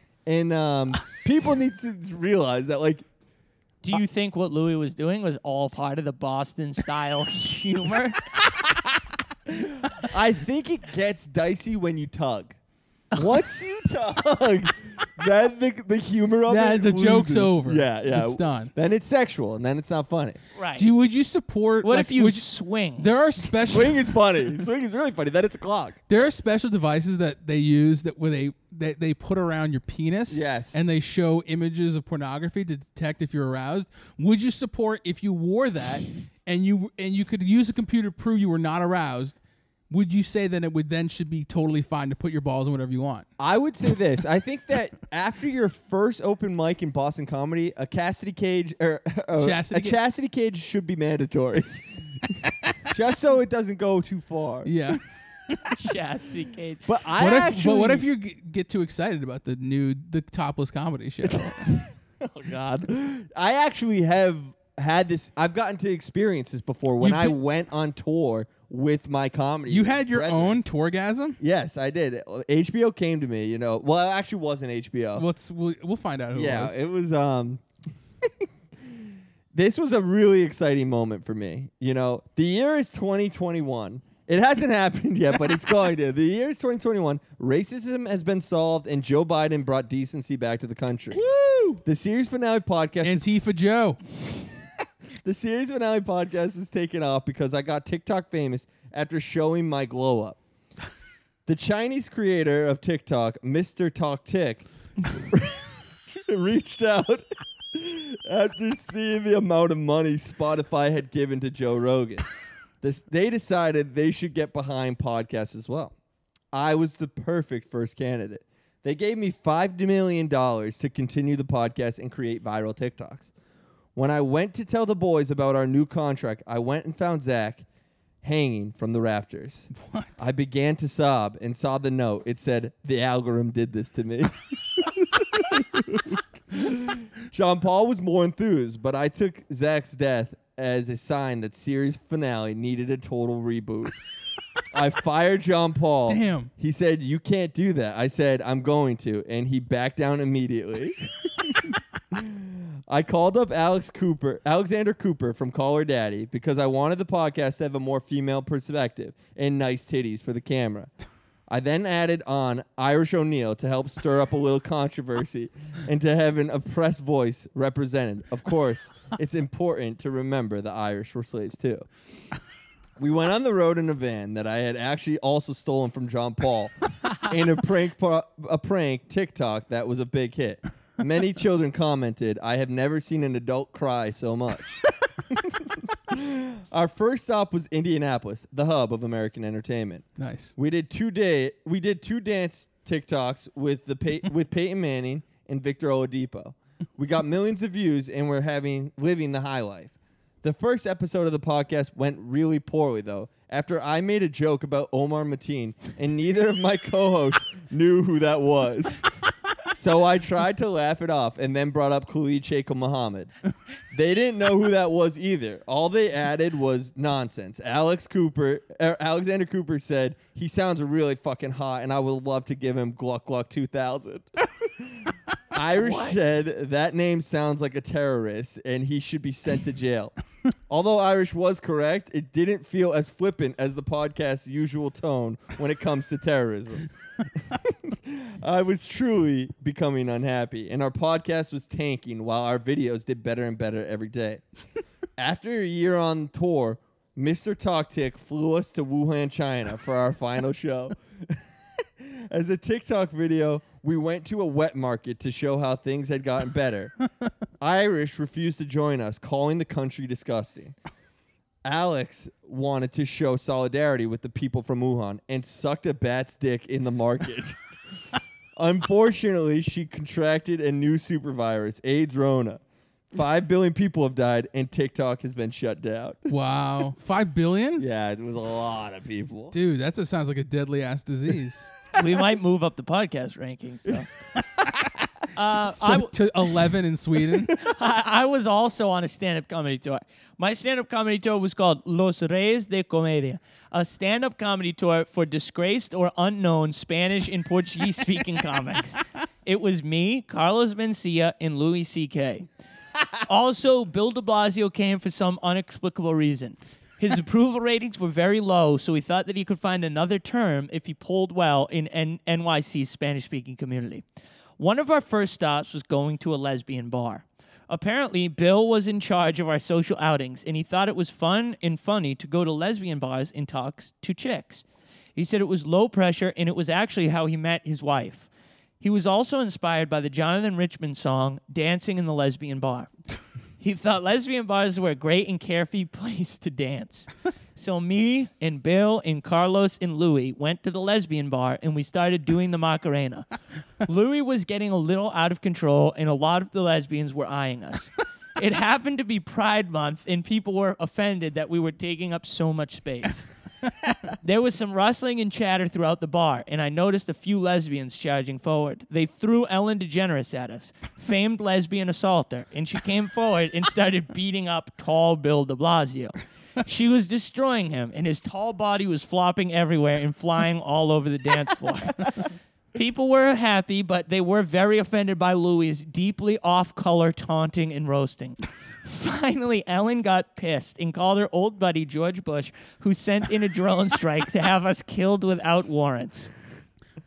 Speaker 3: and um, people need to realize that like
Speaker 1: do you think what Louis was doing was all part of the Boston style humor?
Speaker 3: I think it gets dicey when you tug. Once you tug, then the, the humor of
Speaker 4: Then
Speaker 3: it
Speaker 4: the joke's
Speaker 3: loses.
Speaker 4: over.
Speaker 3: Yeah, yeah,
Speaker 4: It's done.
Speaker 3: Then it's sexual, and then it's not funny.
Speaker 1: right.
Speaker 4: Do you, would you support
Speaker 1: what
Speaker 4: like,
Speaker 1: if you
Speaker 4: would
Speaker 1: swing?
Speaker 4: there are special
Speaker 3: Swing is funny. Swing is really funny. Then it's a clock.
Speaker 4: There are special devices that they use that where they that they put around your penis.
Speaker 3: Yes.
Speaker 4: And they show images of pornography to detect if you're aroused. Would you support if you wore that and you and you could use a computer to prove you were not aroused? would you say that it would then should be totally fine to put your balls in whatever you want?
Speaker 3: I would say this. I think that after your first open mic in Boston comedy, a Cassidy Cage or a,
Speaker 4: Chastity
Speaker 3: a
Speaker 4: Ca-
Speaker 3: Chastity Cage should be mandatory. Just so it doesn't go too far.
Speaker 4: Yeah.
Speaker 1: Chastity cage.
Speaker 3: But I
Speaker 4: What if,
Speaker 3: actually
Speaker 4: but what if you g- get too excited about the new the topless comedy show?
Speaker 3: Oh god. I actually have had this I've gotten to experience this before when
Speaker 4: You've
Speaker 3: I
Speaker 4: been-
Speaker 3: went on tour with my comedy.
Speaker 4: you had your
Speaker 3: brethren.
Speaker 4: own tourgasm.
Speaker 3: Yes, I did. HBO came to me, you know. Well, it actually wasn't HBO.
Speaker 4: Let's we'll, we'll find out who
Speaker 3: yeah,
Speaker 4: it was.
Speaker 3: um This was a really exciting moment for me. You know, the year is 2021. It hasn't happened yet, but it's going to. The year is 2021. Racism has been solved and Joe Biden brought decency back to the country.
Speaker 4: Woo!
Speaker 3: The series finale podcast is
Speaker 4: Antifa Joe.
Speaker 3: the series finale podcast is taking off because I got TikTok famous after showing my glow up. The Chinese creator of TikTok, Mr. Talk Tick, reached out after seeing the amount of money Spotify had given to Joe Rogan. This, they decided they should get behind podcasts as well. I was the perfect first candidate. They gave me $5 million to continue the podcast and create viral TikToks. When I went to tell the boys about our new contract, I went and found Zach hanging from the rafters.
Speaker 4: What?
Speaker 3: I began to sob and saw the note. It said, The algorithm did this to me. Jean Paul was more enthused, but I took Zach's death as a sign that series finale needed a total reboot. I fired John Paul.
Speaker 4: Damn.
Speaker 3: He said, You can't do that. I said, I'm going to. And he backed down immediately. I called up Alex Cooper, Alexander Cooper from Caller Daddy, because I wanted the podcast to have a more female perspective and nice titties for the camera. I then added on Irish O'Neill to help stir up a little controversy and to have an oppressed voice represented. Of course, it's important to remember the Irish were slaves too. We went on the road in a van that I had actually also stolen from John Paul in a prank pro- a prank TikTok that was a big hit. Many children commented, "I have never seen an adult cry so much." Our first stop was Indianapolis, the hub of American entertainment.
Speaker 4: Nice.
Speaker 3: We did two day we did two dance TikToks with the Pey- with Peyton Manning and Victor Oladipo. We got millions of views and we're having living the high life. The first episode of the podcast went really poorly though. After I made a joke about Omar Mateen and neither of my co-hosts knew who that was. So I tried to laugh it off and then brought up Khalid Sheikh Mohammed. They didn't know who that was either. All they added was nonsense. Alex Cooper, er, Alexander Cooper said he sounds really fucking hot, and I would love to give him Gluck Gluck 2000. Irish said that name sounds like a terrorist, and he should be sent to jail. Although Irish was correct, it didn't feel as flippant as the podcast's usual tone when it comes to terrorism. I was truly becoming unhappy, and our podcast was tanking while our videos did better and better every day. After a year on tour, Mr. Toktik flew us to Wuhan, China for our final show. As a TikTok video, we went to a wet market to show how things had gotten better. Irish refused to join us, calling the country disgusting. Alex wanted to show solidarity with the people from Wuhan and sucked a bat's dick in the market. Unfortunately, she contracted a new super virus, AIDS Rona. Five billion people have died, and TikTok has been shut down.
Speaker 4: Wow. Five billion?
Speaker 3: Yeah, it was a lot of people.
Speaker 4: Dude, that just sounds like a deadly ass disease.
Speaker 1: we might move up the podcast rankings. So. Uh, I,
Speaker 4: to,
Speaker 1: w-
Speaker 4: to eleven in Sweden.
Speaker 1: I, I was also on a stand-up comedy tour. My stand-up comedy tour was called Los Reyes de Comedia, a stand-up comedy tour for disgraced or unknown Spanish and Portuguese-speaking comics. It was me, Carlos Mencia, and Louis C.K. Also, Bill de Blasio came for some unexplicable reason. His approval ratings were very low, so he thought that he could find another term if he pulled well in N- NYC's Spanish speaking community. One of our first stops was going to a lesbian bar. Apparently, Bill was in charge of our social outings, and he thought it was fun and funny to go to lesbian bars and talk s- to chicks. He said it was low pressure, and it was actually how he met his wife. He was also inspired by the Jonathan Richman song, Dancing in the Lesbian Bar. He thought lesbian bars were a great and carefree place to dance. So me and Bill and Carlos and Louis went to the lesbian bar and we started doing the Macarena. Louis was getting a little out of control and a lot of the lesbians were eyeing us. it happened to be Pride Month and people were offended that we were taking up so much space. There was some rustling and chatter throughout the bar, and I noticed a few lesbians charging forward. They threw Ellen DeGeneres at us, famed lesbian assaulter, and she came forward and started beating up tall Bill de Blasio. She was destroying him, and his tall body was flopping everywhere and flying all over the dance floor. People were happy, but they were very offended by Louis' deeply off color taunting and roasting. Finally, Ellen got pissed and called her old buddy George Bush, who sent in a drone strike to have us killed without warrants.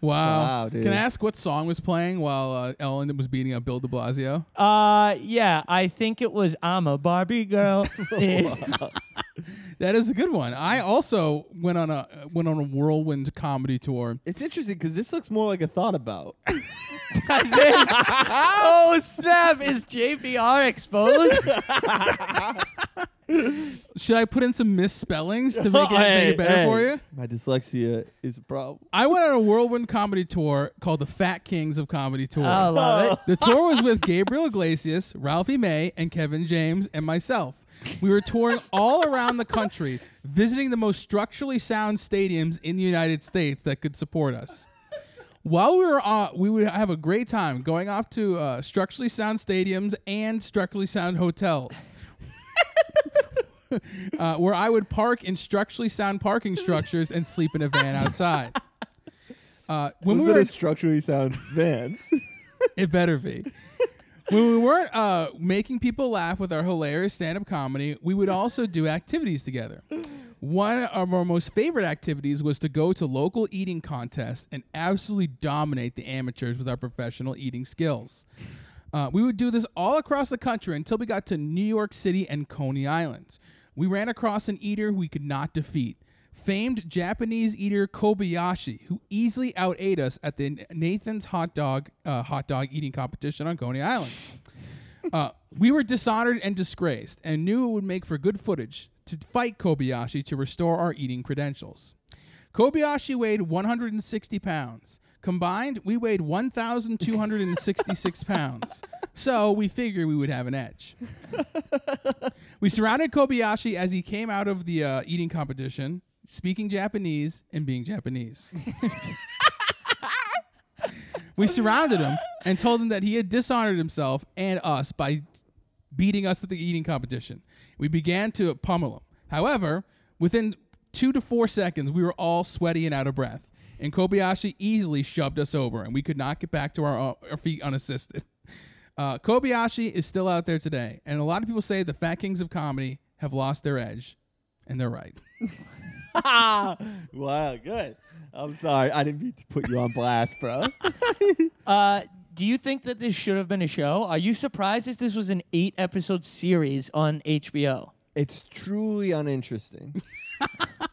Speaker 4: Wow.
Speaker 3: Wow, dude.
Speaker 4: Can I ask what song was playing while uh, Ellen was beating up Bill de Blasio?
Speaker 1: Uh, yeah, I think it was I'm a Barbie girl.
Speaker 4: That is a good one. I also went on a went on a whirlwind comedy tour.
Speaker 3: It's interesting because this looks more like a thought about.
Speaker 1: oh, snap. Is JPR exposed?
Speaker 4: Should I put in some misspellings to make it,
Speaker 3: Hey,
Speaker 4: make it better
Speaker 3: hey.
Speaker 4: for you?
Speaker 3: My dyslexia is a problem.
Speaker 4: I went on a whirlwind comedy tour called the Fat Kings of Comedy Tour.
Speaker 1: I love it.
Speaker 4: The tour was with Gabriel Iglesias, Ralphie May, and Kevin James, and myself. We were touring all around the country, visiting the most structurally sound stadiums in the United States that could support us. While we were on, we would have a great time going off to uh, structurally sound stadiums and structurally sound hotels. Uh, where I would park in structurally sound parking structures and sleep in a van outside. Uh, when
Speaker 3: Was
Speaker 4: we
Speaker 3: it
Speaker 4: were
Speaker 3: a structurally sound van?
Speaker 4: it better be. when we weren't uh, making people laugh with our hilarious stand-up comedy, we would also do activities together. One of our most favorite activities was to go to local eating contests and absolutely dominate the amateurs with our professional eating skills. Uh, we would do this all across the country until we got to New York City and Coney Island. We ran across an eater we could not defeat. Famed Japanese eater Kobayashi, who easily outate us at the Nathan's hot dog uh, hot dog eating competition on Coney Island. Uh, we were dishonored and disgraced, and knew it would make for good footage to fight Kobayashi to restore our eating credentials. Kobayashi weighed 160 pounds. Combined, we weighed 1,266 pounds. So we figured we would have an edge. we surrounded Kobayashi as he came out of the uh, eating competition, speaking Japanese and being Japanese. we surrounded him and told him that he had dishonored himself and us by beating us at the eating competition. We began to pummel him. However, within two to four seconds, we were all sweaty and out of breath, and Kobayashi easily shoved us over, and we could not get back to our, our feet unassisted. Uh, Kobayashi is still out there today, and a lot of people say the Fat Kings of Comedy have lost their edge, and they're right.
Speaker 3: wow, good. I'm sorry. I didn't mean to put you on blast, bro.
Speaker 1: Uh, do you think that this should have been a show? Are you surprised that this was an eight episode series on HBO?
Speaker 3: it's truly uninteresting.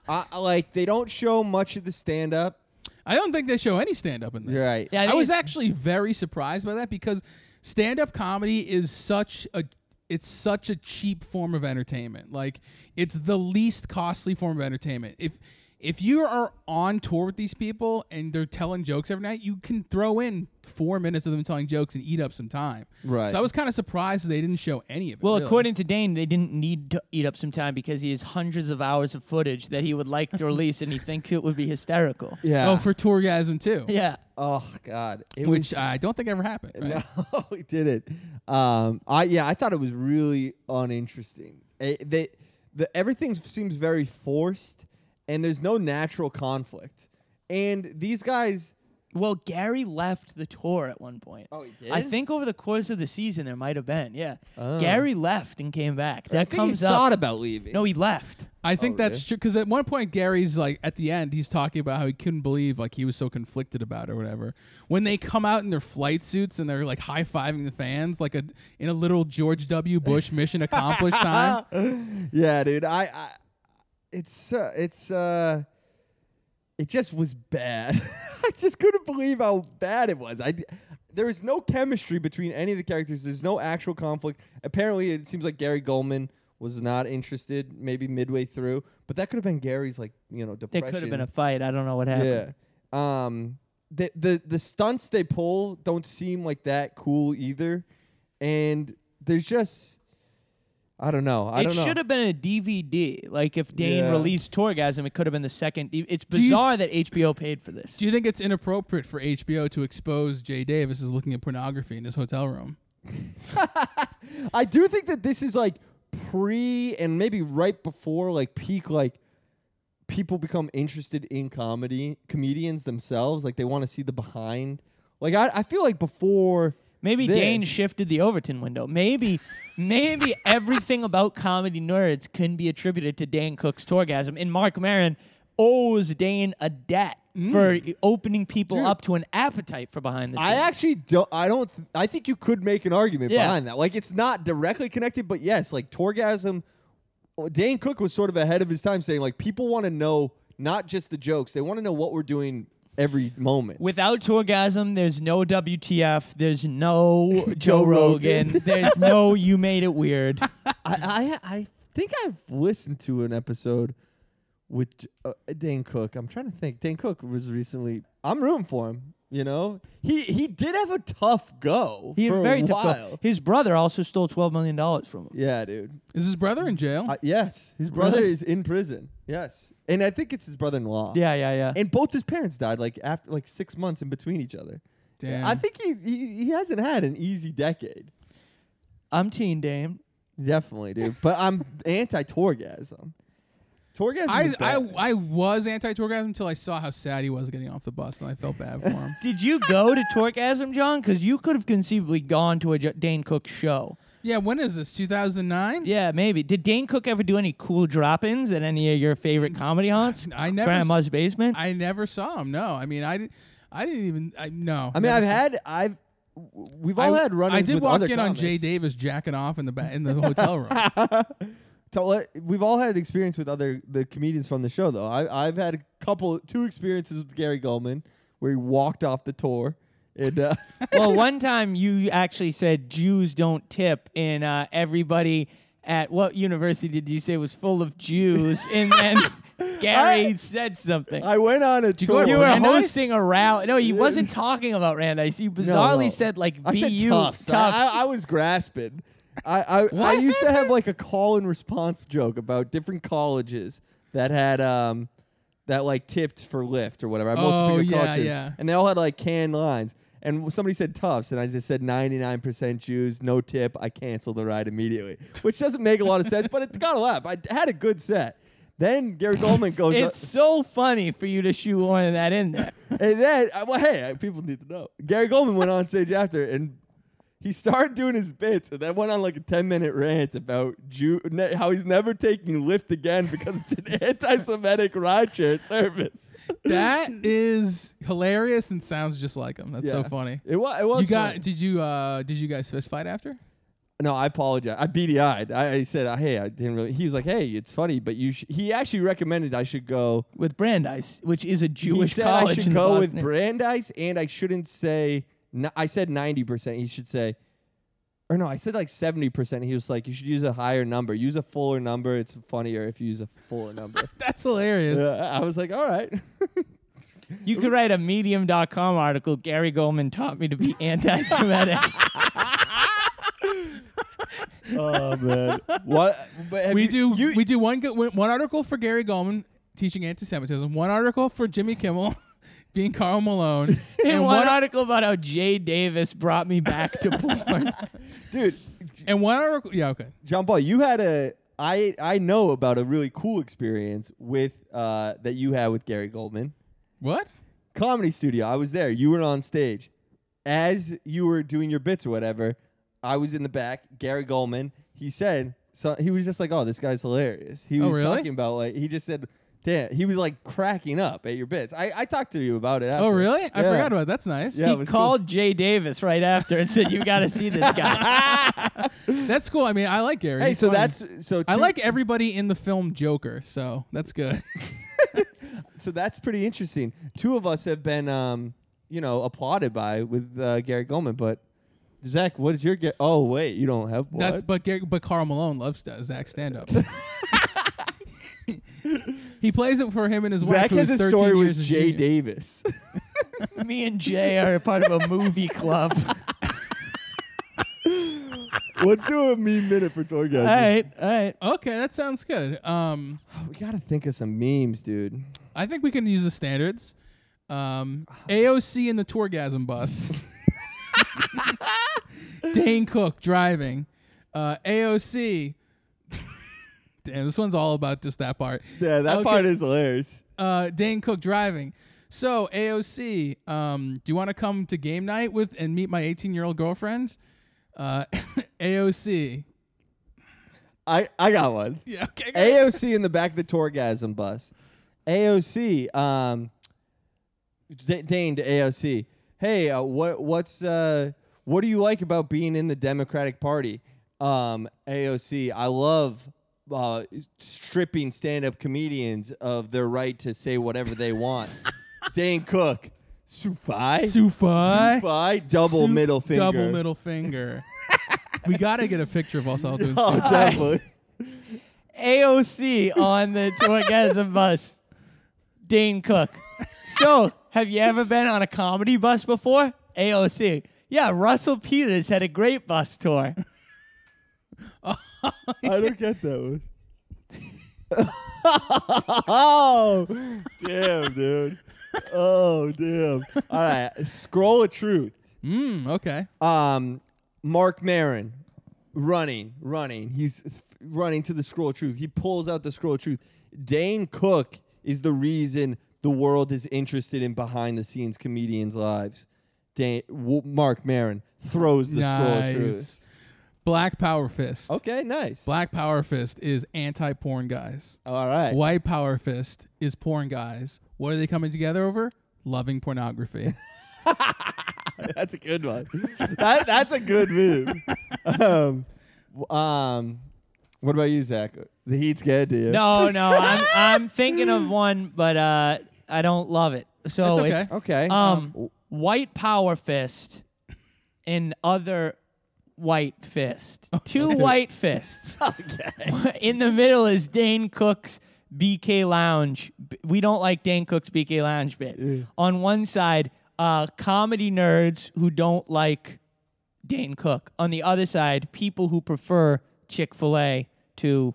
Speaker 3: I, I- like, they don't show much of the stand up.
Speaker 4: I don't think they show any stand up in this.
Speaker 3: You're right.
Speaker 1: Yeah, I
Speaker 4: I,
Speaker 1: think
Speaker 4: was
Speaker 1: it's-
Speaker 4: actually very surprised by that because stand up comedy is such a it's such a cheap form of entertainment. Like it's the least costly form of entertainment. If if you are on tour with these people and they're telling jokes every night, you can throw in four minutes of them telling jokes and eat up some time.
Speaker 3: Right.
Speaker 4: So I was kind of surprised they didn't show any of it.
Speaker 1: Well,
Speaker 4: really.
Speaker 1: according to Dane, they didn't need to eat up some time because he has hundreds of hours of footage that he would like to release and he thinks it would be hysterical.
Speaker 3: Yeah.
Speaker 4: oh for tourgasm too,
Speaker 1: Yeah.
Speaker 3: Oh, God. It
Speaker 4: which
Speaker 3: was,
Speaker 4: I don't think ever happened. right?
Speaker 3: No, he did it. Um, I yeah, I thought it was really uninteresting. It, they, the everything seems very forced, and there's no natural conflict. And these guys,
Speaker 1: Well, Gary left the tour at one point.
Speaker 3: Oh, he did? Oh.
Speaker 1: I think over the course of the season there might have been. Yeah. Gary left and came back. That
Speaker 3: I think
Speaker 1: comes
Speaker 3: he
Speaker 1: up.
Speaker 3: thought about leaving.
Speaker 1: no, he left.
Speaker 4: I think that's
Speaker 3: really?
Speaker 4: true because at one point Gary's like at the end he's talking about how he couldn't believe like he was so conflicted about it or whatever. When they come out in their flight suits and they're like high fiving the fans like a in a little George W. Bush mission accomplished time.
Speaker 3: yeah, dude. I, I it's uh, it's uh, it just was bad. I just couldn't believe how bad it was. I there was no chemistry between any of the characters. There's no actual conflict. Apparently, it seems like Gary Goldman was not interested. Maybe midway through, but that could have been Gary's like you know
Speaker 1: There
Speaker 3: depression.
Speaker 1: could have been a fight. I don't know what happened.
Speaker 3: Yeah. Um the the the stunts they pull don't seem like that cool either. And there's just I don't know. I
Speaker 1: it
Speaker 3: don't know.
Speaker 1: should have been a DVD. Like if Dane
Speaker 3: Yeah.
Speaker 1: released Torgasm, it could have been the second. D- It's
Speaker 4: you-
Speaker 1: bizarre that HBO paid for this.
Speaker 4: Do you think it's inappropriate for HBO to expose Jay Davis as looking at pornography in his hotel room?
Speaker 3: I do think that this is like pre and maybe right before like peak like people become interested in comedy comedians themselves. Like they want to see the behind. Like I, I feel like before
Speaker 1: Maybe
Speaker 3: this-
Speaker 1: Dane shifted the Overton window. Maybe, maybe everything about comedy nerds can be attributed to Dane Cook's Torgasm. And Mark Maron owes Dane a debt for opening people
Speaker 3: Mm. Dude.
Speaker 1: up to an appetite for behind the scenes.
Speaker 3: I actually don't. I don't. Th- I think you could make an argument
Speaker 1: Yeah.
Speaker 3: behind that. Like it's not directly connected, but yes, like Torgasm. well, Dan Cook was sort of ahead of his time, saying like people want to know not just the jokes; they want to know what we're doing every moment.
Speaker 1: Without Torgasm, there's no WTF. There's no Joe Rogan.
Speaker 3: Rogan.
Speaker 1: there's no You Made It Weird.
Speaker 3: I, I I think I've listened to an episode with J- uh, Dan Cook. I'm trying to think. Dan Cook was recently. I'm rooting for him. You know, he he did have a tough go
Speaker 1: He had
Speaker 3: for
Speaker 1: a very
Speaker 3: a
Speaker 1: tough.
Speaker 3: while.
Speaker 1: go. His brother also stole twelve million dollars from him.
Speaker 3: yeah, dude.
Speaker 4: Is his brother in jail?
Speaker 3: Uh, yes, his brother
Speaker 1: Really?
Speaker 3: is in prison. Yes, and I think it's his brother-in-law.
Speaker 1: Yeah, yeah, yeah.
Speaker 3: and both his parents died like after like six months in between each other.
Speaker 4: Damn.
Speaker 3: I think he's, he he hasn't had an easy decade.
Speaker 1: I'm Teen Dame.
Speaker 3: Definitely, dude. But I'm anti-torgasm. Torgasm.
Speaker 4: I,
Speaker 3: is
Speaker 4: I,
Speaker 3: bad.
Speaker 4: I was anti torgasm until I saw how sad he was getting off the bus and I felt bad for him.
Speaker 1: Did you go to Torquasm, John? Because you could have conceivably gone to a J- Dane Cook show.
Speaker 4: yeah, when is this? 2009?
Speaker 1: Yeah, maybe. Did Dane Cook ever do any cool drop-ins at any of your favorite comedy haunts?
Speaker 4: I never s-
Speaker 1: Grandma's basement.
Speaker 4: I never saw him. No, I mean, I, didn't- I didn't even. I no.
Speaker 3: I mean,
Speaker 4: never
Speaker 3: I've
Speaker 4: saw-
Speaker 3: had I've w- we've all had run-ins
Speaker 4: I did
Speaker 3: with
Speaker 4: walk
Speaker 3: other
Speaker 4: in on Jay
Speaker 3: comics.
Speaker 4: Davis jacking off in the ba- in the hotel room.
Speaker 3: So what- uh, We've all had experience with other the comedians from the show though. I, I've had a couple two experiences with Gary Goldman where he walked off the tour and. Uh,
Speaker 1: well, one time you actually said Jews don't tip, and uh, everybody at what university did you say was full of Jews? And then Gary
Speaker 3: I-
Speaker 1: said something.
Speaker 3: I went on a
Speaker 4: go
Speaker 3: tour.
Speaker 4: to
Speaker 1: you were
Speaker 4: Brandeis?
Speaker 1: hosting a rally. No, he wasn't talking about Brandeis. He bizarrely
Speaker 3: no.
Speaker 1: said like
Speaker 3: I
Speaker 1: BU
Speaker 3: said Tufts. I, I, I was grasping. I I, I used to have like a call and response joke about different colleges that had um that like tipped for Lyft or whatever. I mostly
Speaker 4: Oh,
Speaker 3: picked up
Speaker 4: yeah,
Speaker 3: colleges,
Speaker 4: yeah.
Speaker 3: and they all had like canned lines. And somebody said Tufts, and I just said 99% Jews, no tip. I canceled the ride immediately, which doesn't make a lot of sense, but it got a laugh. I had a good set. Then Gary Goldman goes, up-
Speaker 1: It's so funny for you to shoehorn that in there.
Speaker 3: and then, uh, well, hey, uh, people need to know. Gary Goldman went on stage after, and he started doing his bits, and then went on like a ten-minute rant about Jew, ne- how he's never taking Lyft again because it's an anti-Semitic rideshare service.
Speaker 4: That is hilarious and sounds just like him. That's so
Speaker 3: Yeah.
Speaker 4: funny.
Speaker 3: It was. It was.
Speaker 4: you got?
Speaker 3: funny.
Speaker 4: Did you? uh Did you guys fist fight after?
Speaker 3: no, I apologize. I beady-eyed. I, I said, uh, "Hey, I didn't really." He was like, "Hey, it's funny, but you." Sh-. He actually recommended I should go.
Speaker 1: With Brandeis, which is a Jewish
Speaker 3: he said
Speaker 1: college.
Speaker 3: I should
Speaker 1: in
Speaker 3: go
Speaker 1: Boston.
Speaker 3: with Brandeis, and I shouldn't say. n I I said ninety percent. He should say, or no, I said like seventy percent. He was like, you should use a higher number. Use a fuller number. It's funnier if you use a fuller number.
Speaker 4: That's hilarious.
Speaker 3: Yeah, I was like, all right.
Speaker 1: You could write a medium.com article. Gary Goldman taught me to be anti Semitic.
Speaker 3: oh man, what? But have
Speaker 4: We
Speaker 3: you-
Speaker 4: do.
Speaker 3: You,
Speaker 4: we do one go- one article for Gary Goldman teaching anti-Semitism. One article for Jimmy Kimmel being Carl Malone.
Speaker 1: and one
Speaker 4: one
Speaker 1: article about how Jay Davis brought me back to porn.
Speaker 3: dude,
Speaker 4: and one article. Yeah. Okay.
Speaker 3: John Paul, you had a. I I know about a really cool experience with uh, that you had with Gary Goldman.
Speaker 4: What?
Speaker 3: comedy studio. I was there. You were on stage. As you were doing your bits or whatever, I was in the back. Gary Goldman. He said so. He was just like, "Oh, this guy's hilarious." He
Speaker 4: Oh,
Speaker 3: was
Speaker 4: really?
Speaker 3: talking about like he just said, "Damn." He was like cracking up at your bits. I, I talked to you about it.
Speaker 4: Oh,
Speaker 3: after.
Speaker 4: really? I
Speaker 3: Yeah.
Speaker 4: forgot about. That. That's nice.
Speaker 3: Yeah. it
Speaker 1: he
Speaker 3: was
Speaker 1: called Jay Davis right after and said, You got to see this guy.
Speaker 4: That's cool. I mean, I like Gary.
Speaker 3: Hey,
Speaker 4: He's
Speaker 3: so
Speaker 4: funny.
Speaker 3: that's so.
Speaker 4: I
Speaker 3: two-
Speaker 4: like everybody in the film Joker, so that's good.
Speaker 3: So that's pretty interesting. Two of us have been um, you know, applauded by with uh, Gary Goldman, but Zach, what is your get? Oh wait, you don't have what?
Speaker 4: That's but Gar- but Carl Malone loves Sta- Zach stand up. he plays it for him and his wife.
Speaker 3: Zach
Speaker 4: who
Speaker 3: has
Speaker 4: is
Speaker 3: a
Speaker 4: 13
Speaker 3: story
Speaker 4: years
Speaker 3: with
Speaker 4: his
Speaker 3: Jay
Speaker 4: junior.
Speaker 3: Davis.
Speaker 1: Me and Jay are a part of a movie club.
Speaker 3: Let's do a meme minute for tour guys.
Speaker 1: all right, all right.
Speaker 4: Okay, that sounds good. Um,
Speaker 3: We gotta think of some memes, dude.
Speaker 4: I think we can use the standards. Um, AOC in the tourgasm bus. Dane Cook driving. Uh, AOC. Damn, this one's all about just that part.
Speaker 3: Yeah, that
Speaker 4: Okay.
Speaker 3: part is hilarious.
Speaker 4: uh, Dane Cook driving. So AOC, um, do you want to come to game night with and meet my 18 year old girlfriend? Uh, AOC.
Speaker 3: I I got one.
Speaker 4: Yeah. Okay. good.
Speaker 3: AOC in the back of the tourgasm bus. AOC, um, D- Dane to AOC. Hey, uh, what what's uh, what do you like about being in the Democratic Party? Um, AOC, I love uh, stripping stand-up comedians of their right to say whatever they want. Dane Cook, Sufi,
Speaker 4: Sufi.
Speaker 3: Sufi, double
Speaker 4: Su-
Speaker 3: middle finger,
Speaker 4: Double middle finger. we gotta get a picture of us all doing.
Speaker 3: Oh,
Speaker 4: Sufi.
Speaker 3: definitely.
Speaker 1: AOC on the Torgasm bus. Dane Cook. So, have you ever been on a comedy bus before? AOC. Yeah, Russell Peters had a great bus tour.
Speaker 3: I don't get that one. oh, damn, dude. Oh, damn. All right, scroll of truth.
Speaker 4: Mm, okay.
Speaker 3: Um, Mark Marin running, running. He's th- running to the scroll of truth. He pulls out the scroll of truth. Dane Cook is the reason the world is interested in behind the scenes comedians' lives. Dane, w- Mark Marin throws the scroll of truth.
Speaker 4: nice. Black power fist.
Speaker 3: Okay, nice.
Speaker 4: Black power fist is anti porn guys.
Speaker 3: All right.
Speaker 4: White power fist is porn guys. What are they coming together over? Loving pornography.
Speaker 3: That's a good one. that, that's a good move. Um, w- um, what about you, Zach? The heat's good to you.
Speaker 1: No, no, I'm, I'm thinking of one, but uh, I don't love it. So
Speaker 4: That's okay.
Speaker 1: it's
Speaker 3: Okay.
Speaker 1: um, white power fist and other white fist. Two white fists. okay. In the middle is Dane Cook's BK Lounge. B- We don't like Dane Cook's BK Lounge bit. On one side, uh, comedy nerds who don't like Dane Cook. On the other side, people who prefer Chick fil A to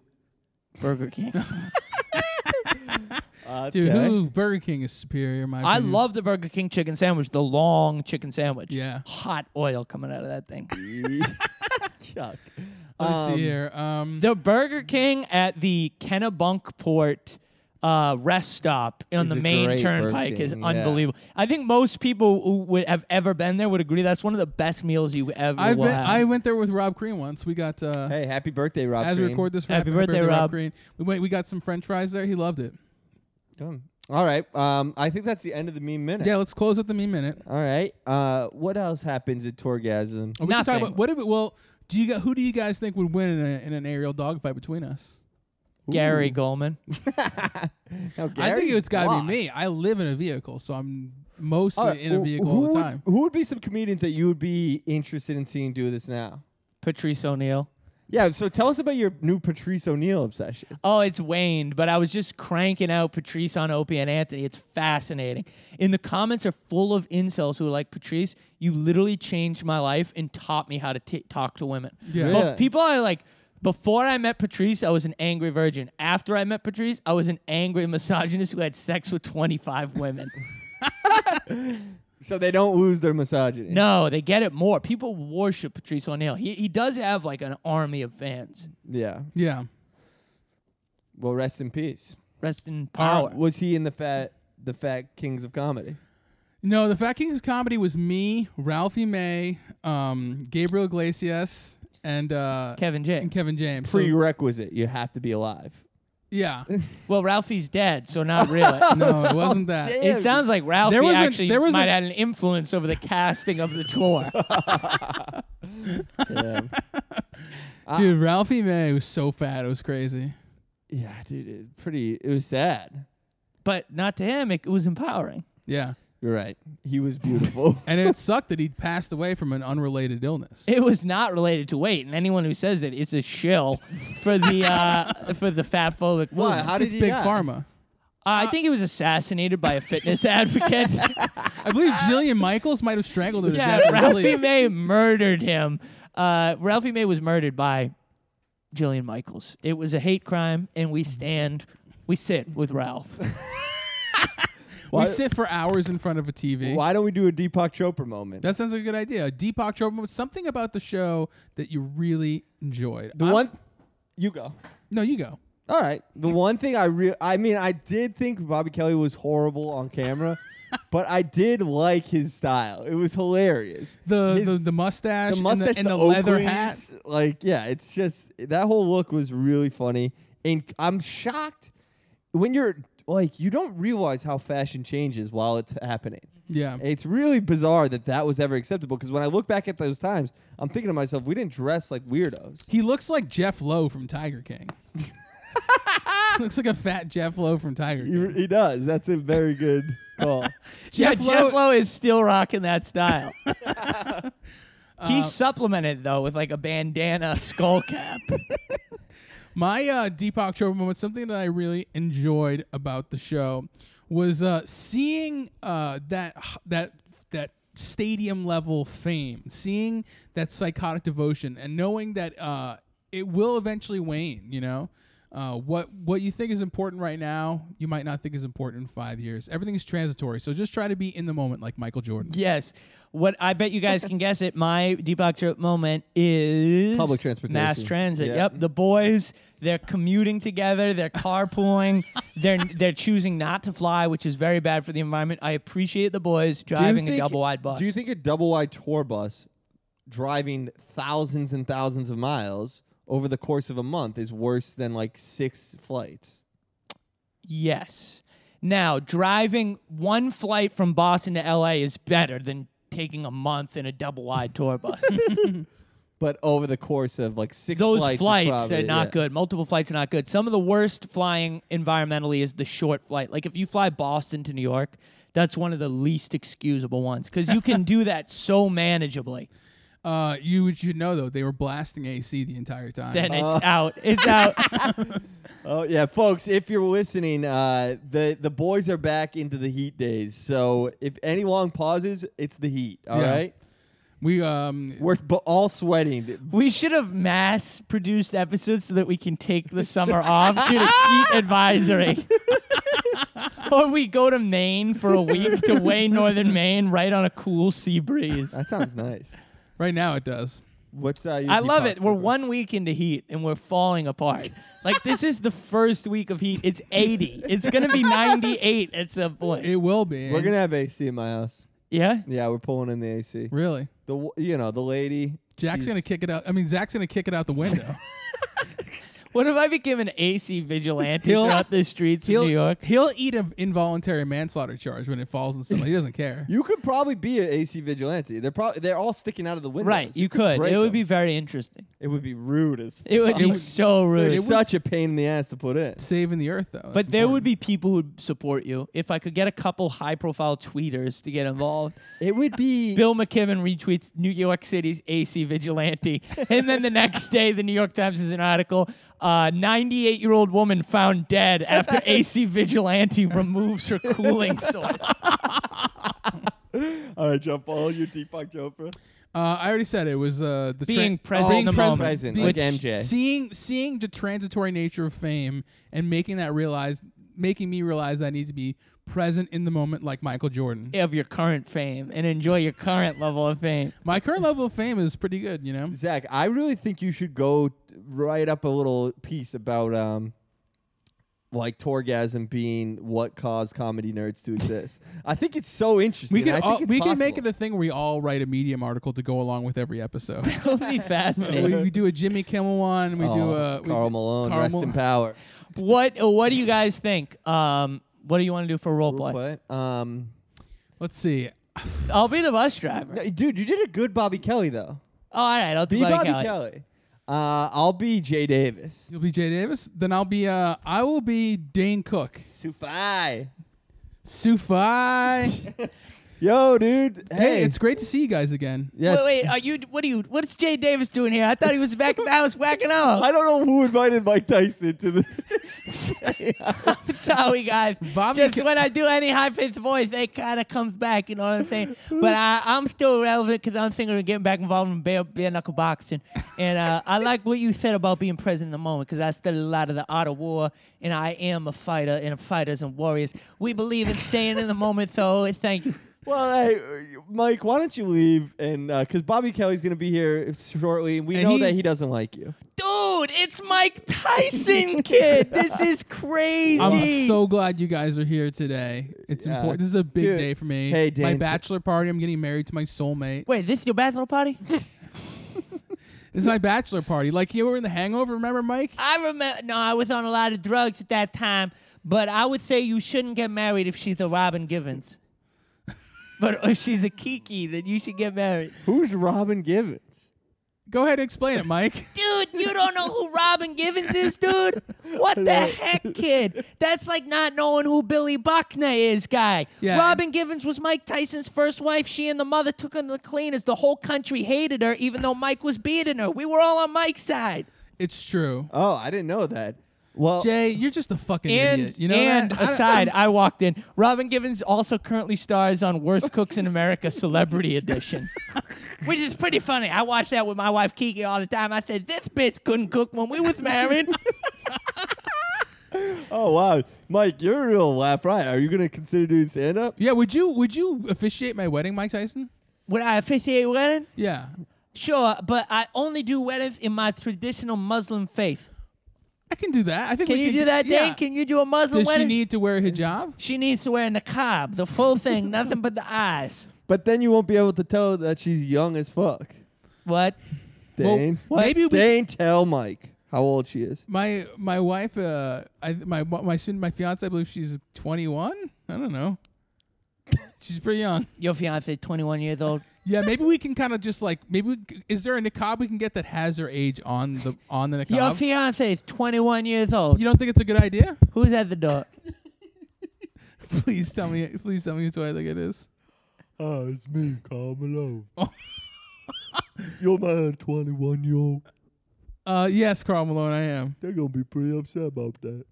Speaker 1: Burger King.
Speaker 4: Dude,
Speaker 3: Okay.
Speaker 4: who Burger King is superior, in my
Speaker 1: I
Speaker 4: opinion.
Speaker 1: love the Burger King chicken sandwich, the long chicken sandwich.
Speaker 4: Yeah.
Speaker 1: Hot oil coming out of that thing.
Speaker 3: Yuck.
Speaker 4: Let's see here. Um,
Speaker 1: the Burger King at the Kennebunkport uh, rest stop on
Speaker 3: Is
Speaker 1: the
Speaker 3: a
Speaker 1: main
Speaker 3: great
Speaker 1: turnpike
Speaker 3: Burger
Speaker 1: is
Speaker 3: King, yeah.
Speaker 1: unbelievable. I think most people who would have ever been there would agree that's one of the best meals you ever
Speaker 4: I've
Speaker 1: will
Speaker 4: been,
Speaker 1: have.
Speaker 4: I went there with Rob Crean once. We got uh,
Speaker 3: Hey, happy birthday, Rob.
Speaker 4: as we
Speaker 3: Green.
Speaker 4: record this.
Speaker 1: Happy birthday, Rob.
Speaker 4: Green. We went. We got some French fries there. He loved it.
Speaker 3: Done. Hmm. All right. Um, I think that's the end of the meme minute.
Speaker 4: Yeah. Let's close up the meme minute.
Speaker 3: All right. Uh, what else happens at Torgasm?
Speaker 4: Oh, we can talk
Speaker 1: Nothing.
Speaker 4: about what? If it, well, do you got who do you guys think would win in, a, in an aerial dogfight between us?
Speaker 1: Gary Goldman.
Speaker 3: Now,
Speaker 4: I think
Speaker 3: Gary,
Speaker 4: it's got to
Speaker 3: why?
Speaker 4: be me. I live in a vehicle, so I'm
Speaker 3: All
Speaker 4: mostly
Speaker 3: right,
Speaker 4: in a
Speaker 3: who-
Speaker 4: vehicle
Speaker 3: who
Speaker 4: all the
Speaker 3: would-
Speaker 4: time.
Speaker 3: Who would be some comedians that you would be interested in seeing do this now?
Speaker 1: Patrice O'Neill.
Speaker 3: Yeah, so tell us about your new Patrice O'Neill obsession.
Speaker 1: Oh, it's waned, but I was just cranking out Patrice on Opie and Anthony. It's fascinating. And the comments are full of incels who are like, Patrice, you literally changed my life and taught me how to t- talk to women.
Speaker 4: Yeah.
Speaker 1: But
Speaker 3: Really?
Speaker 1: people are like, before I met Patrice, I was an angry virgin. After I met Patrice, I was an angry misogynist who had sex with 25 women.
Speaker 3: So they don't lose their misogyny.
Speaker 1: no, they get it more. People worship Patrice O'Neill. He, he does have like an army of fans.
Speaker 3: Yeah.
Speaker 4: Yeah.
Speaker 3: Well, rest in peace.
Speaker 1: Rest in power.
Speaker 3: Um, was he in the fat the fat kings of comedy?
Speaker 4: No, the Fat Kings comedy was me, Ralphie May, um, Gabriel Iglesias, and uh,
Speaker 1: Kevin
Speaker 4: and
Speaker 1: James.
Speaker 4: Kevin James. So-
Speaker 3: Prerequisite, you have to be alive.
Speaker 4: yeah,
Speaker 1: Well, Ralphie's dead, so not really.
Speaker 4: no,
Speaker 3: Oh,
Speaker 4: it wasn't that.
Speaker 1: It sounds like Ralphie
Speaker 4: was an-
Speaker 1: actually
Speaker 4: there was
Speaker 1: might
Speaker 4: an-
Speaker 1: have had an influence over the casting of the tour.
Speaker 3: Damn.
Speaker 4: Dude, Ralphie May was so fat, it was crazy.
Speaker 3: yeah, dude, it pretty. It was sad.
Speaker 1: but not to him. It, it was empowering.
Speaker 4: Yeah,
Speaker 3: You're right. He was beautiful.
Speaker 4: And it sucked that he passed away from an unrelated illness.
Speaker 1: It was not related to weight, and anyone who says it is a shill for the uh, for the fat phobic.
Speaker 3: Why? How did
Speaker 4: it's
Speaker 3: he
Speaker 4: big
Speaker 3: die?
Speaker 4: pharma.
Speaker 1: I
Speaker 4: Uh,
Speaker 1: think he was assassinated by a fitness advocate.
Speaker 4: I believe Jillian Michaels might have strangled her to
Speaker 1: yeah,
Speaker 4: death. in his
Speaker 1: Ralphie
Speaker 4: sleep.
Speaker 1: May murdered him. Uh, Ralphie May was murdered by Jillian Michaels. It was a hate crime, and we stand, we sit with Ralph.
Speaker 4: We
Speaker 3: Why-
Speaker 4: sit for hours in front of a TV.
Speaker 3: Why don't we do a Deepak Chopra moment?
Speaker 4: That sounds like a good idea. A Deepak Chopra, something about the show that you really enjoyed.
Speaker 3: the
Speaker 4: I'm-
Speaker 3: one you go.
Speaker 4: No, you go.
Speaker 3: All right. The one thing I re- I mean, I did think Bobby Kelly was horrible on camera, but I did like his style. It was hilarious.
Speaker 4: The
Speaker 3: His-
Speaker 4: the, the mustache,
Speaker 3: the mustache,
Speaker 4: and the, and
Speaker 3: the
Speaker 4: leather
Speaker 3: Oakleys,
Speaker 4: hat.
Speaker 3: Like, yeah, it's just that whole look was really funny, and I'm shocked when you're like, you don't realize how fashion changes while it's happening.
Speaker 4: Yeah.
Speaker 3: It's really bizarre that that was ever acceptable because when I look back at those times, I'm thinking to myself, we didn't dress like weirdos.
Speaker 4: He looks like Jeff Lowe from Tiger King. looks like a fat Jeff Lowe from Tiger King.
Speaker 3: He, he does. That's a very good call.
Speaker 1: yeah,
Speaker 4: Jeff Lowe-
Speaker 1: Jeff Lowe is still rocking that style. he
Speaker 3: Um,
Speaker 1: supplemented though with like a bandana skull cap.
Speaker 4: My uh, Deepak Chopra moment, something that I really enjoyed about the show, was uh, seeing uh, that that that stadium level fame, seeing that psychotic devotion, and knowing that uh, it will eventually wane. You know, uh, what what you think is important right now, you might not think is important in five years. Everything is transitory, so just try to be in the moment, like Michael Jordan.
Speaker 1: yes. What I bet you guys can guess it. My Deepak Chopra moment is
Speaker 3: Public transportation.
Speaker 1: mass transit.
Speaker 3: Yeah.
Speaker 1: Yep, the boys they're commuting together, they're carpooling, they're they're choosing not to fly, which is very bad for the environment. I appreciate the boys
Speaker 3: Do you
Speaker 1: driving a
Speaker 3: think-
Speaker 1: double wide bus.
Speaker 3: Do you think a double wide tour bus driving thousands and thousands of miles over the course of a month is worse than like six flights?
Speaker 1: Yes. Now, driving one flight from Boston to LA is better than taking a month in a double wide tour bus.
Speaker 3: But over the course of like six
Speaker 1: Those
Speaker 3: flights, is
Speaker 1: flights,
Speaker 3: probably-
Speaker 1: are not
Speaker 3: yeah.
Speaker 1: good. Multiple flights are not good. Some of the worst flying environmentally is the short flight. Like if you fly Boston to New York, that's one of the least excusable ones because you can do that so manageably.
Speaker 4: Uh, you would- should know though, they were blasting AC the entire time.
Speaker 1: Then it's out. It's out.
Speaker 3: Oh yeah, folks! If you're listening, uh, the the boys are back into the heat days. So if any long pauses, it's the heat. All
Speaker 4: Yeah.
Speaker 3: right?
Speaker 4: we um,
Speaker 3: we're b- all sweating.
Speaker 1: we should have mass produced episodes so that we can take the summer off due to heat advisory. or we go to Maine for a week to way northern Maine right on a cool sea breeze.
Speaker 3: That sounds nice.
Speaker 4: right now it does.
Speaker 3: What's uh, your
Speaker 1: I love
Speaker 3: Deepak
Speaker 1: it. We're
Speaker 3: Chopra?
Speaker 1: one week into heat and we're falling apart. Like this is the first week of heat. It's 80. It's going to be 98 at some point.
Speaker 4: It will be.
Speaker 3: We're gonna have AC in my house.
Speaker 1: yeah?
Speaker 3: Yeah, we're pulling in the AC.
Speaker 4: really.
Speaker 3: The w- you know the lady.
Speaker 4: Jack's
Speaker 3: she's-
Speaker 4: gonna kick it out. I mean, Zach's gonna kick it out the window.
Speaker 1: What if I became an AC vigilante
Speaker 4: He'll-
Speaker 1: throughout the streets of
Speaker 4: he'll
Speaker 1: New York?
Speaker 4: he'll eat an involuntary manslaughter charge when it falls on somebody. He doesn't care.
Speaker 3: You could probably be an AC vigilante. They're probably they're all sticking out of the window.
Speaker 1: Right, you could.
Speaker 3: break
Speaker 1: It would
Speaker 3: them.
Speaker 1: be very interesting.
Speaker 3: It would be rude as.
Speaker 1: It would be so rude.
Speaker 3: It's such a pain in the ass to put in.
Speaker 4: Saving the earth though.
Speaker 1: But there would be people who'd support you. If I could get a couple high profile tweeters to get involved,
Speaker 3: It would be.
Speaker 1: Bill McKibben retweets New York City's AC vigilante. and then the next day, the New York Times is an article 98 year old woman found dead after AC vigilante removes her cooling source.
Speaker 3: all right, jump all your Deepak Chopra.
Speaker 4: Uh, I already said it was uh, the tra-
Speaker 1: Being present in the moment.
Speaker 3: present,
Speaker 1: which-
Speaker 3: like MJ.
Speaker 4: Seeing seeing the transitory nature of fame and making that realize, making me realize that I need to be present in the moment, like Michael Jordan.
Speaker 1: Of your current fame and enjoy your current level of fame.
Speaker 4: My current level of fame is pretty good, you know.
Speaker 3: Zach, I really think you should go t- write up a little piece about um, like torgasm being what caused comedy nerds to exist. I think it's so interesting.
Speaker 4: We could
Speaker 3: I think
Speaker 4: all,
Speaker 3: it's
Speaker 4: we could make it
Speaker 3: possible.
Speaker 4: a thing where we all write a Medium article to go along with every episode.
Speaker 1: That would be
Speaker 4: we,
Speaker 1: fascinating.
Speaker 4: we do a Jimmy Kimmel one. We do
Speaker 3: Oh,
Speaker 4: a we
Speaker 3: Carl
Speaker 4: do-
Speaker 3: Malone,
Speaker 4: Karl
Speaker 3: rest
Speaker 4: Mal-
Speaker 3: in power.
Speaker 1: what, uh, what do you guys think? Um, what do you want to do for role, play?
Speaker 3: What? Um,
Speaker 4: Let's see.
Speaker 1: I'll be the bus driver.
Speaker 3: no, dude, you did a good Bobby Kelly though.
Speaker 1: Oh, all right, I'll do
Speaker 3: Be
Speaker 1: Bobby,
Speaker 3: Bobby
Speaker 1: Kelly.
Speaker 3: Kelly. Uh, I'll be Jay Davis.
Speaker 4: You'll be Jay Davis. Then I'll be uh I will be Dane Cook.
Speaker 3: Sufai.
Speaker 4: Sufi.
Speaker 3: Yo, dude. Hey,
Speaker 4: hey, it's great to see you guys again.
Speaker 3: yeah.
Speaker 1: Wait, wait, are you? What are you? What's Jay Davis doing here? I thought he was back in the house whacking
Speaker 3: I
Speaker 1: off.
Speaker 3: don't know who invited Mike Tyson to the.
Speaker 1: Sorry, guys.
Speaker 4: Bobby
Speaker 1: Just
Speaker 4: Ca-
Speaker 1: when I do any high pitched voice, it kind of comes back. You know what I'm saying? but I, I'm still relevant because I'm thinking of getting back involved in bare, bare knuckle boxing. And uh, I like what you said about being present in the moment because I studied a lot of the art of war, and I am a fighter, and fighters and warriors. We believe in staying in the moment, so thank you.
Speaker 3: well, hey, uh, Mike, why don't you leave? And because Bobby Kelly's gonna be here shortly, and we
Speaker 4: And
Speaker 3: know
Speaker 4: he-
Speaker 3: that he doesn't like you.
Speaker 1: Dude, it's Mike Tyson, kid. This is crazy.
Speaker 4: I'm so glad you guys are here today. It's
Speaker 3: Yeah.
Speaker 4: important. This is a big
Speaker 3: Dude.
Speaker 4: day for me.
Speaker 3: Hey,
Speaker 4: my
Speaker 3: Dane.
Speaker 4: bachelor party. I'm getting married to my soulmate.
Speaker 1: Wait, this your bachelor party?
Speaker 4: This is my bachelor party. Like you were in The Hangover, remember, Mike?
Speaker 1: I remember. No, I was on a lot of drugs at that time, but I would say you shouldn't get married if she's a Robin Givens. but if she's a Kiki, then you should get married.
Speaker 3: Who's Robin Givens?
Speaker 4: Go ahead and explain it, Mike.
Speaker 1: Dude, you don't know who Robin Givens is, dude? What the heck, kid? That's like not knowing who Billy Buckner is, guy.
Speaker 4: Yeah.
Speaker 1: Robin Givens was Mike Tyson's first wife. She and the mother took him to the cleaners. The whole country hated her, even though Mike was beating her. We were all on Mike's side.
Speaker 4: it's true.
Speaker 3: Oh, I didn't know that. Well,
Speaker 4: Jay, you're just a fucking
Speaker 1: Oh. And
Speaker 4: idiot. You know
Speaker 1: and
Speaker 4: that? I don't-
Speaker 1: aside, I walked in. Robin Givens also currently stars on Worst Cooks in America Celebrity Edition, which is pretty funny. I watch that with my wife Kiki all the time. I said, "This bitch couldn't cook when we was married."
Speaker 3: oh wow, Mike, you're a real laugh riot. Are you gonna consider doing stand up?
Speaker 4: yeah, would you would you officiate my wedding, Mike Tyson?
Speaker 1: Would I officiate a wedding?
Speaker 4: Yeah.
Speaker 1: Sure, but I only do weddings in my traditional Muslim faith.
Speaker 4: I can do that. I think
Speaker 1: Can
Speaker 4: we
Speaker 1: you
Speaker 4: could-
Speaker 1: do that, Dane?
Speaker 4: yeah.
Speaker 1: Can you do a Muslim
Speaker 4: Does she
Speaker 1: wedding?
Speaker 4: need to wear a hijab?
Speaker 1: she needs to wear a niqab, the full thing, nothing but the eyes.
Speaker 3: But then you won't be able to tell that she's young as fuck.
Speaker 1: What?
Speaker 4: Well,
Speaker 3: Dane,
Speaker 4: maybe we
Speaker 3: Dane, tell Mike how old she is.
Speaker 4: my my wife uh I, my my soon my fiance I believe she's 21. I don't know. she's pretty young.
Speaker 1: Your fiance, 21 years old.
Speaker 4: Yeah, maybe we can kind of just like maybe we, c- is there a niqab we can get that has her age on the on the
Speaker 1: Your
Speaker 4: niqab?
Speaker 1: fiance is 21 years old.
Speaker 4: you don't think it's a good idea?
Speaker 1: Who's at the door?
Speaker 4: please tell me. Please tell me who I think it is.
Speaker 3: Oh, it's me, Carl Malone. You're my 21 year old.
Speaker 4: Uh, yes, Carl Malone, I am.
Speaker 3: They're gonna be pretty upset about that.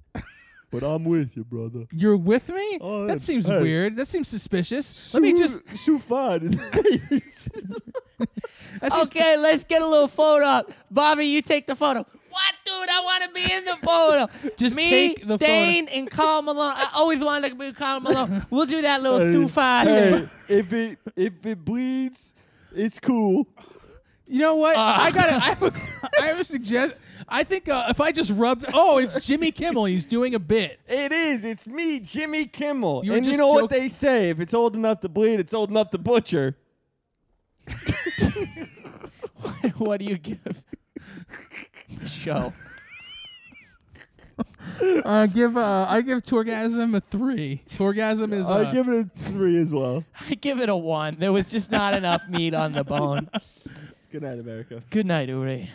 Speaker 3: but I'm with you, brother.
Speaker 4: You're with me?
Speaker 3: Oh,
Speaker 4: that
Speaker 3: yeah.
Speaker 4: seems
Speaker 3: Hey.
Speaker 4: weird. That seems suspicious. Let me just.
Speaker 3: shoot fire. to this.
Speaker 4: That seems-
Speaker 1: Okay, let's get a little photo up. Bobby, you take the photo. What, dude? I want to be in the photo.
Speaker 4: Just
Speaker 1: Me,
Speaker 4: take the photo.
Speaker 1: Dane, and Carl Malone. I always wanted to be Carl Malone. We'll do that little two five.
Speaker 3: hey, if it if it bleeds, it's cool.
Speaker 4: you know what?
Speaker 3: Ah.
Speaker 4: I got. I have a. I have a suggest. I think uh, if I just rubbed. Oh, it's Jimmy Kimmel. He's doing a bit.
Speaker 3: It is. It's me, Jimmy Kimmel.
Speaker 4: You were
Speaker 3: and you
Speaker 4: just
Speaker 3: know what
Speaker 4: joking.
Speaker 3: they say: if it's old enough to bleed, it's old enough to butcher.
Speaker 1: what do you give? Show.
Speaker 4: Uh, give. Uh, I give Torgasm a three. Torgasm is. Uh,
Speaker 3: I give it a three as well.
Speaker 1: I give it a one. There was just not enough meat on the bone.
Speaker 3: Good night, America.
Speaker 1: Good night, Uri.